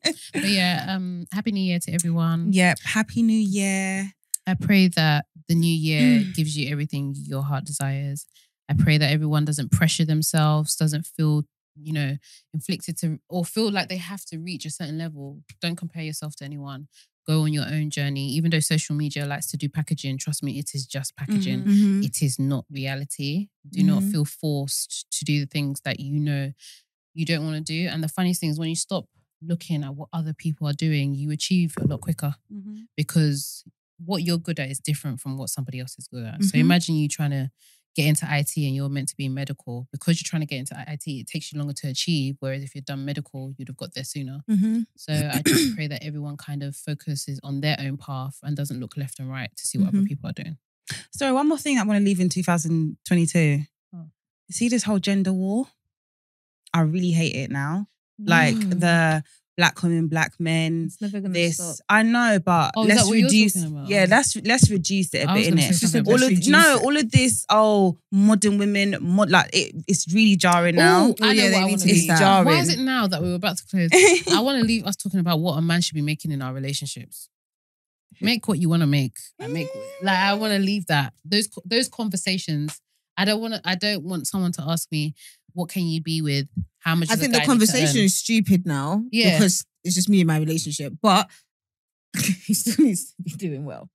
[SPEAKER 2] But yeah, um, Happy New Year to everyone.
[SPEAKER 3] yep. Happy New Year.
[SPEAKER 2] I pray that the new year gives you everything your heart desires. I pray that everyone doesn't pressure themselves, doesn't feel, you know, inflicted to or feel like they have to reach a certain level. Don't compare yourself to anyone. Go on your own journey. Even though social media likes to do packaging, trust me, it is just packaging.
[SPEAKER 4] Mhm.
[SPEAKER 2] it is not reality. Do not feel forced to do the things that you know you don't want to do. And the funniest thing is when you stop looking at what other people are doing, you achieve a lot quicker because what you're good at is different from what somebody else is good at. So
[SPEAKER 4] Mhm.
[SPEAKER 2] imagine you trying to get into IT and you're meant to be in medical. Because you're trying to get into IT, it takes you longer to achieve. Whereas if you'd done medical, you'd have got there sooner.
[SPEAKER 3] Mm-hmm.
[SPEAKER 4] Mhm.
[SPEAKER 2] So I just pray that everyone kind of focuses on their own path and doesn't look left and right to see what other
[SPEAKER 4] Mhm.
[SPEAKER 2] people are doing.
[SPEAKER 3] Sorry, one more thing I want to leave in 2022.
[SPEAKER 2] Oh.
[SPEAKER 3] See this whole gender war? I really hate it now. Like
[SPEAKER 2] Mm.
[SPEAKER 3] the black women, black men.
[SPEAKER 4] Mm. It's never going to
[SPEAKER 3] This
[SPEAKER 4] stop.
[SPEAKER 3] I know, but
[SPEAKER 2] Oh, is
[SPEAKER 3] let's
[SPEAKER 2] that what you're
[SPEAKER 3] reduce.
[SPEAKER 2] talking about?
[SPEAKER 3] Yeah, let's let's reduce it a
[SPEAKER 2] I was
[SPEAKER 3] bit in
[SPEAKER 2] gonna
[SPEAKER 3] it.
[SPEAKER 2] say something, but
[SPEAKER 3] All
[SPEAKER 2] let's
[SPEAKER 3] of
[SPEAKER 2] reduce
[SPEAKER 3] no,
[SPEAKER 2] it.
[SPEAKER 3] all of this. Oh, modern women, mod, like it, it's really jarring now.
[SPEAKER 2] Ooh, I know
[SPEAKER 4] yeah,
[SPEAKER 2] what
[SPEAKER 4] they
[SPEAKER 2] I
[SPEAKER 4] need
[SPEAKER 2] want
[SPEAKER 4] to
[SPEAKER 2] to
[SPEAKER 3] do
[SPEAKER 2] leave.
[SPEAKER 3] that.
[SPEAKER 2] Why
[SPEAKER 3] Jarring.
[SPEAKER 2] is it now that we were about to close? I want to leave us talking about what a man should be making in our relationships. Make what you want to make. Like, make like I want to leave that those those conversations. I don't want to. I don't want someone to ask me what can you be with. How much?
[SPEAKER 4] I
[SPEAKER 2] does a
[SPEAKER 4] think the
[SPEAKER 2] guy need to
[SPEAKER 4] conversation
[SPEAKER 2] earn?"
[SPEAKER 4] is stupid now.
[SPEAKER 2] Yeah.
[SPEAKER 4] Because it's just me and my relationship. But he still needs to be doing well.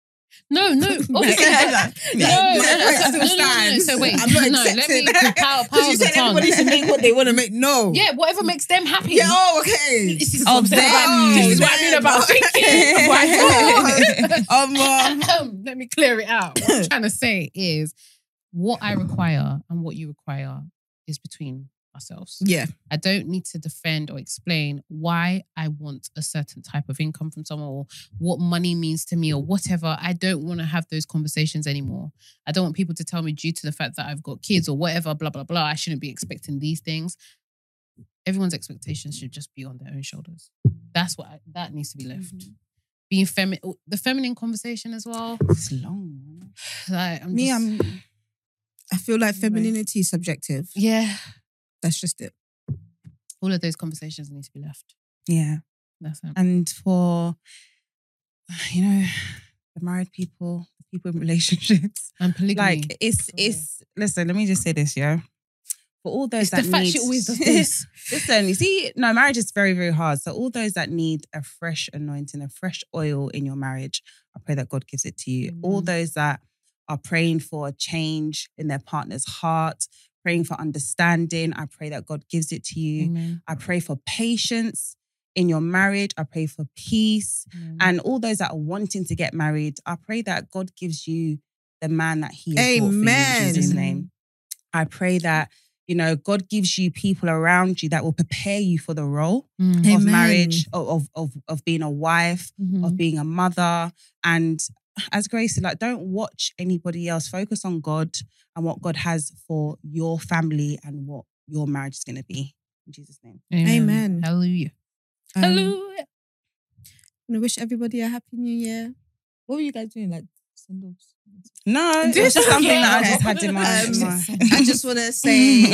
[SPEAKER 2] No, no, obviously.
[SPEAKER 4] Yeah.
[SPEAKER 2] No,
[SPEAKER 4] Yeah.
[SPEAKER 2] no,
[SPEAKER 4] My
[SPEAKER 2] no,
[SPEAKER 4] point
[SPEAKER 2] no, no, no, no, no.
[SPEAKER 4] still stands.
[SPEAKER 2] So wait,
[SPEAKER 4] I'm not
[SPEAKER 2] no, let me
[SPEAKER 4] accepting.
[SPEAKER 2] power,
[SPEAKER 4] Because
[SPEAKER 2] power
[SPEAKER 4] you
[SPEAKER 2] the
[SPEAKER 4] said everybody should
[SPEAKER 2] tongue.
[SPEAKER 4] make what they want to make. No.
[SPEAKER 2] Yeah, whatever makes them happy.
[SPEAKER 4] Yeah, oh, okay.
[SPEAKER 2] This is
[SPEAKER 3] Oh,
[SPEAKER 2] what I'm saying about-
[SPEAKER 3] them.
[SPEAKER 2] this is what I mean about thinking. What I thought.
[SPEAKER 4] Um, um,
[SPEAKER 2] let me clear it out. What I'm trying to say is what I require and what you require is between ourselves.
[SPEAKER 4] yeah.
[SPEAKER 2] I don't need to defend or explain why I want a certain type of income from someone or what money means to me or whatever. I don't want to have those conversations anymore. I don't want people to tell me due to the fact that I've got kids or whatever, blah, blah, blah. I shouldn't be expecting these things. Everyone's expectations should just be on their own shoulders. That's what I, that needs to be left.
[SPEAKER 4] Mm-hmm.
[SPEAKER 2] Being feminine, the feminine conversation as well.
[SPEAKER 3] It's long.
[SPEAKER 2] Like, I'm
[SPEAKER 4] Me,
[SPEAKER 2] just-
[SPEAKER 4] I'm. I feel like femininity is subjective.
[SPEAKER 2] yeah.
[SPEAKER 4] That's just it.
[SPEAKER 2] All of those conversations need to be left.
[SPEAKER 3] Yeah.
[SPEAKER 2] That's it.
[SPEAKER 3] and for you know the married people the people in relationships
[SPEAKER 2] And polygamy.
[SPEAKER 3] like it's
[SPEAKER 2] Sorry.
[SPEAKER 3] it's listen let me just say this yeah for all those
[SPEAKER 2] it's the
[SPEAKER 3] that
[SPEAKER 2] fact
[SPEAKER 3] need,
[SPEAKER 2] she always does this.
[SPEAKER 3] listen you see no marriage is very very hard so all those that need a fresh anointing a fresh oil in your marriage i pray that god gives it to you all
[SPEAKER 2] Amen.
[SPEAKER 3] those that are praying for a change in their partner's heart praying for understanding i pray that god gives it to you
[SPEAKER 2] Amen.
[SPEAKER 3] i pray for patience in your marriage i pray for peace
[SPEAKER 2] Amen.
[SPEAKER 4] Mm.
[SPEAKER 3] and all those that are wanting to get married, I pray that God gives you the man that He has brought for you in
[SPEAKER 4] Amen. Mm.
[SPEAKER 3] Jesus'
[SPEAKER 2] Amen.
[SPEAKER 3] name. I pray that you know God gives you people around you that will prepare you for the role
[SPEAKER 2] Mm.
[SPEAKER 3] of
[SPEAKER 4] Amen. Mm.
[SPEAKER 3] marriage, of of of, of being a wife,
[SPEAKER 2] Mm-hmm.
[SPEAKER 3] of being a mother, and as Grace said, like don't watch anybody else. Focus on God and what God has for your family and what your marriage is going to be. In Jesus' name.
[SPEAKER 4] Amen.
[SPEAKER 2] Hallelujah.
[SPEAKER 4] Um,
[SPEAKER 2] Hallelujah.
[SPEAKER 4] And I wish everybody a happy new year. What were you guys doing? Like send offs.
[SPEAKER 3] No, it's
[SPEAKER 4] This-
[SPEAKER 3] just something that I
[SPEAKER 4] Yeah.
[SPEAKER 3] just had in my.
[SPEAKER 4] Um,
[SPEAKER 3] in my-
[SPEAKER 4] I just want to say,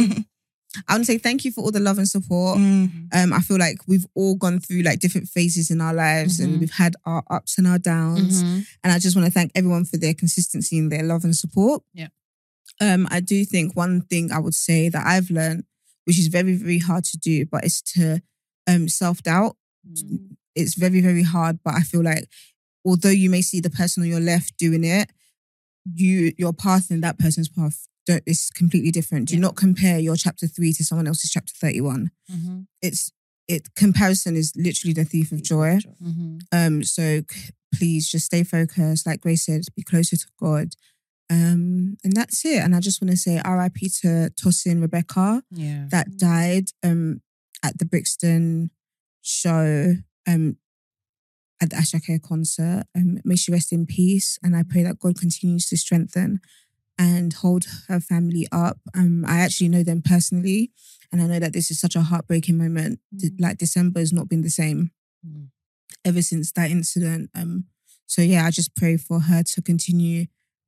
[SPEAKER 4] I want to say thank you for all the love and support.
[SPEAKER 3] Mm.
[SPEAKER 4] Um, I feel like we've all gone through like different phases in our lives,
[SPEAKER 2] Mhm.
[SPEAKER 4] and we've had our ups and our downs.
[SPEAKER 2] Mhm.
[SPEAKER 4] And I just want to thank everyone for their consistency and their love and support.
[SPEAKER 2] Yeah.
[SPEAKER 4] Um, I do think one thing I would say that I've learned, which is very, very hard to do, but is to um self-doubt.
[SPEAKER 2] Mhm.
[SPEAKER 4] It's very, very hard, but I feel like although you may see the person on your left doing it, you your path and that person's path don't is completely different. Do
[SPEAKER 2] Yeah.
[SPEAKER 4] not compare your chapter three to someone else's chapter 31.
[SPEAKER 2] Mhm.
[SPEAKER 4] It's it comparison is literally the thief of joy.
[SPEAKER 2] Mhm.
[SPEAKER 4] Um, so c- please just stay focused. Like Grace said, be closer to God. Um, and that's it. And I just want to say RIP to Tosin Rebecca
[SPEAKER 2] Yeah.
[SPEAKER 4] that died um at the Brixton show um, at the Ashake concert. Um, may she rest in peace. And I pray that God continues to strengthen and hold her family up. Um, I actually know them personally. And I know that this is such a heartbreaking moment. D-
[SPEAKER 2] Mm.
[SPEAKER 4] Like December has not been the same
[SPEAKER 2] Mm.
[SPEAKER 4] ever since that incident. Um, so yeah, I just pray for her to continue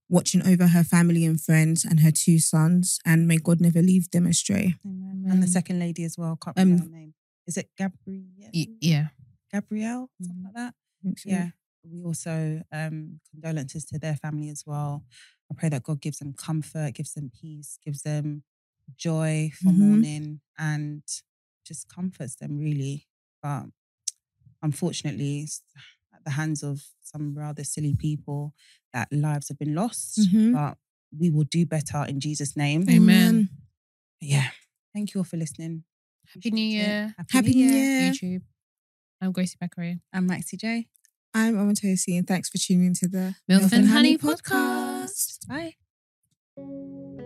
[SPEAKER 4] watching over her family and friends and her two sons, and may God never leave them astray.
[SPEAKER 3] And
[SPEAKER 2] Mm-hmm.
[SPEAKER 3] the second lady as well. Can't remember
[SPEAKER 4] Mm. Um,
[SPEAKER 3] her name. Is it Gabrielle?
[SPEAKER 2] Y- yeah.
[SPEAKER 3] Gabrielle, something
[SPEAKER 4] Mhm.
[SPEAKER 3] like that.
[SPEAKER 4] So,
[SPEAKER 3] Yeah. We also um condolences to their family as well. I pray that God gives them comfort, gives them peace, gives them joy for
[SPEAKER 4] Mhm.
[SPEAKER 3] mourning, and just comforts them really. But unfortunately, it's at the hands of some rather silly people, that lives have been lost.
[SPEAKER 4] Mhm.
[SPEAKER 3] But we will do better in Jesus' name.
[SPEAKER 2] Amen.
[SPEAKER 3] Yeah. Thank you all for listening.
[SPEAKER 2] Happy New
[SPEAKER 3] Appreciate it.
[SPEAKER 2] Year.
[SPEAKER 3] Happy New Year.
[SPEAKER 4] Yeah.
[SPEAKER 2] YouTube. I'm Gracie Beckery.
[SPEAKER 3] I'm Maxi J.
[SPEAKER 4] I'm Amatosi, and thanks for tuning into the
[SPEAKER 2] Milk and Honey Podcast.
[SPEAKER 3] Bye.
[SPEAKER 4] Podcast.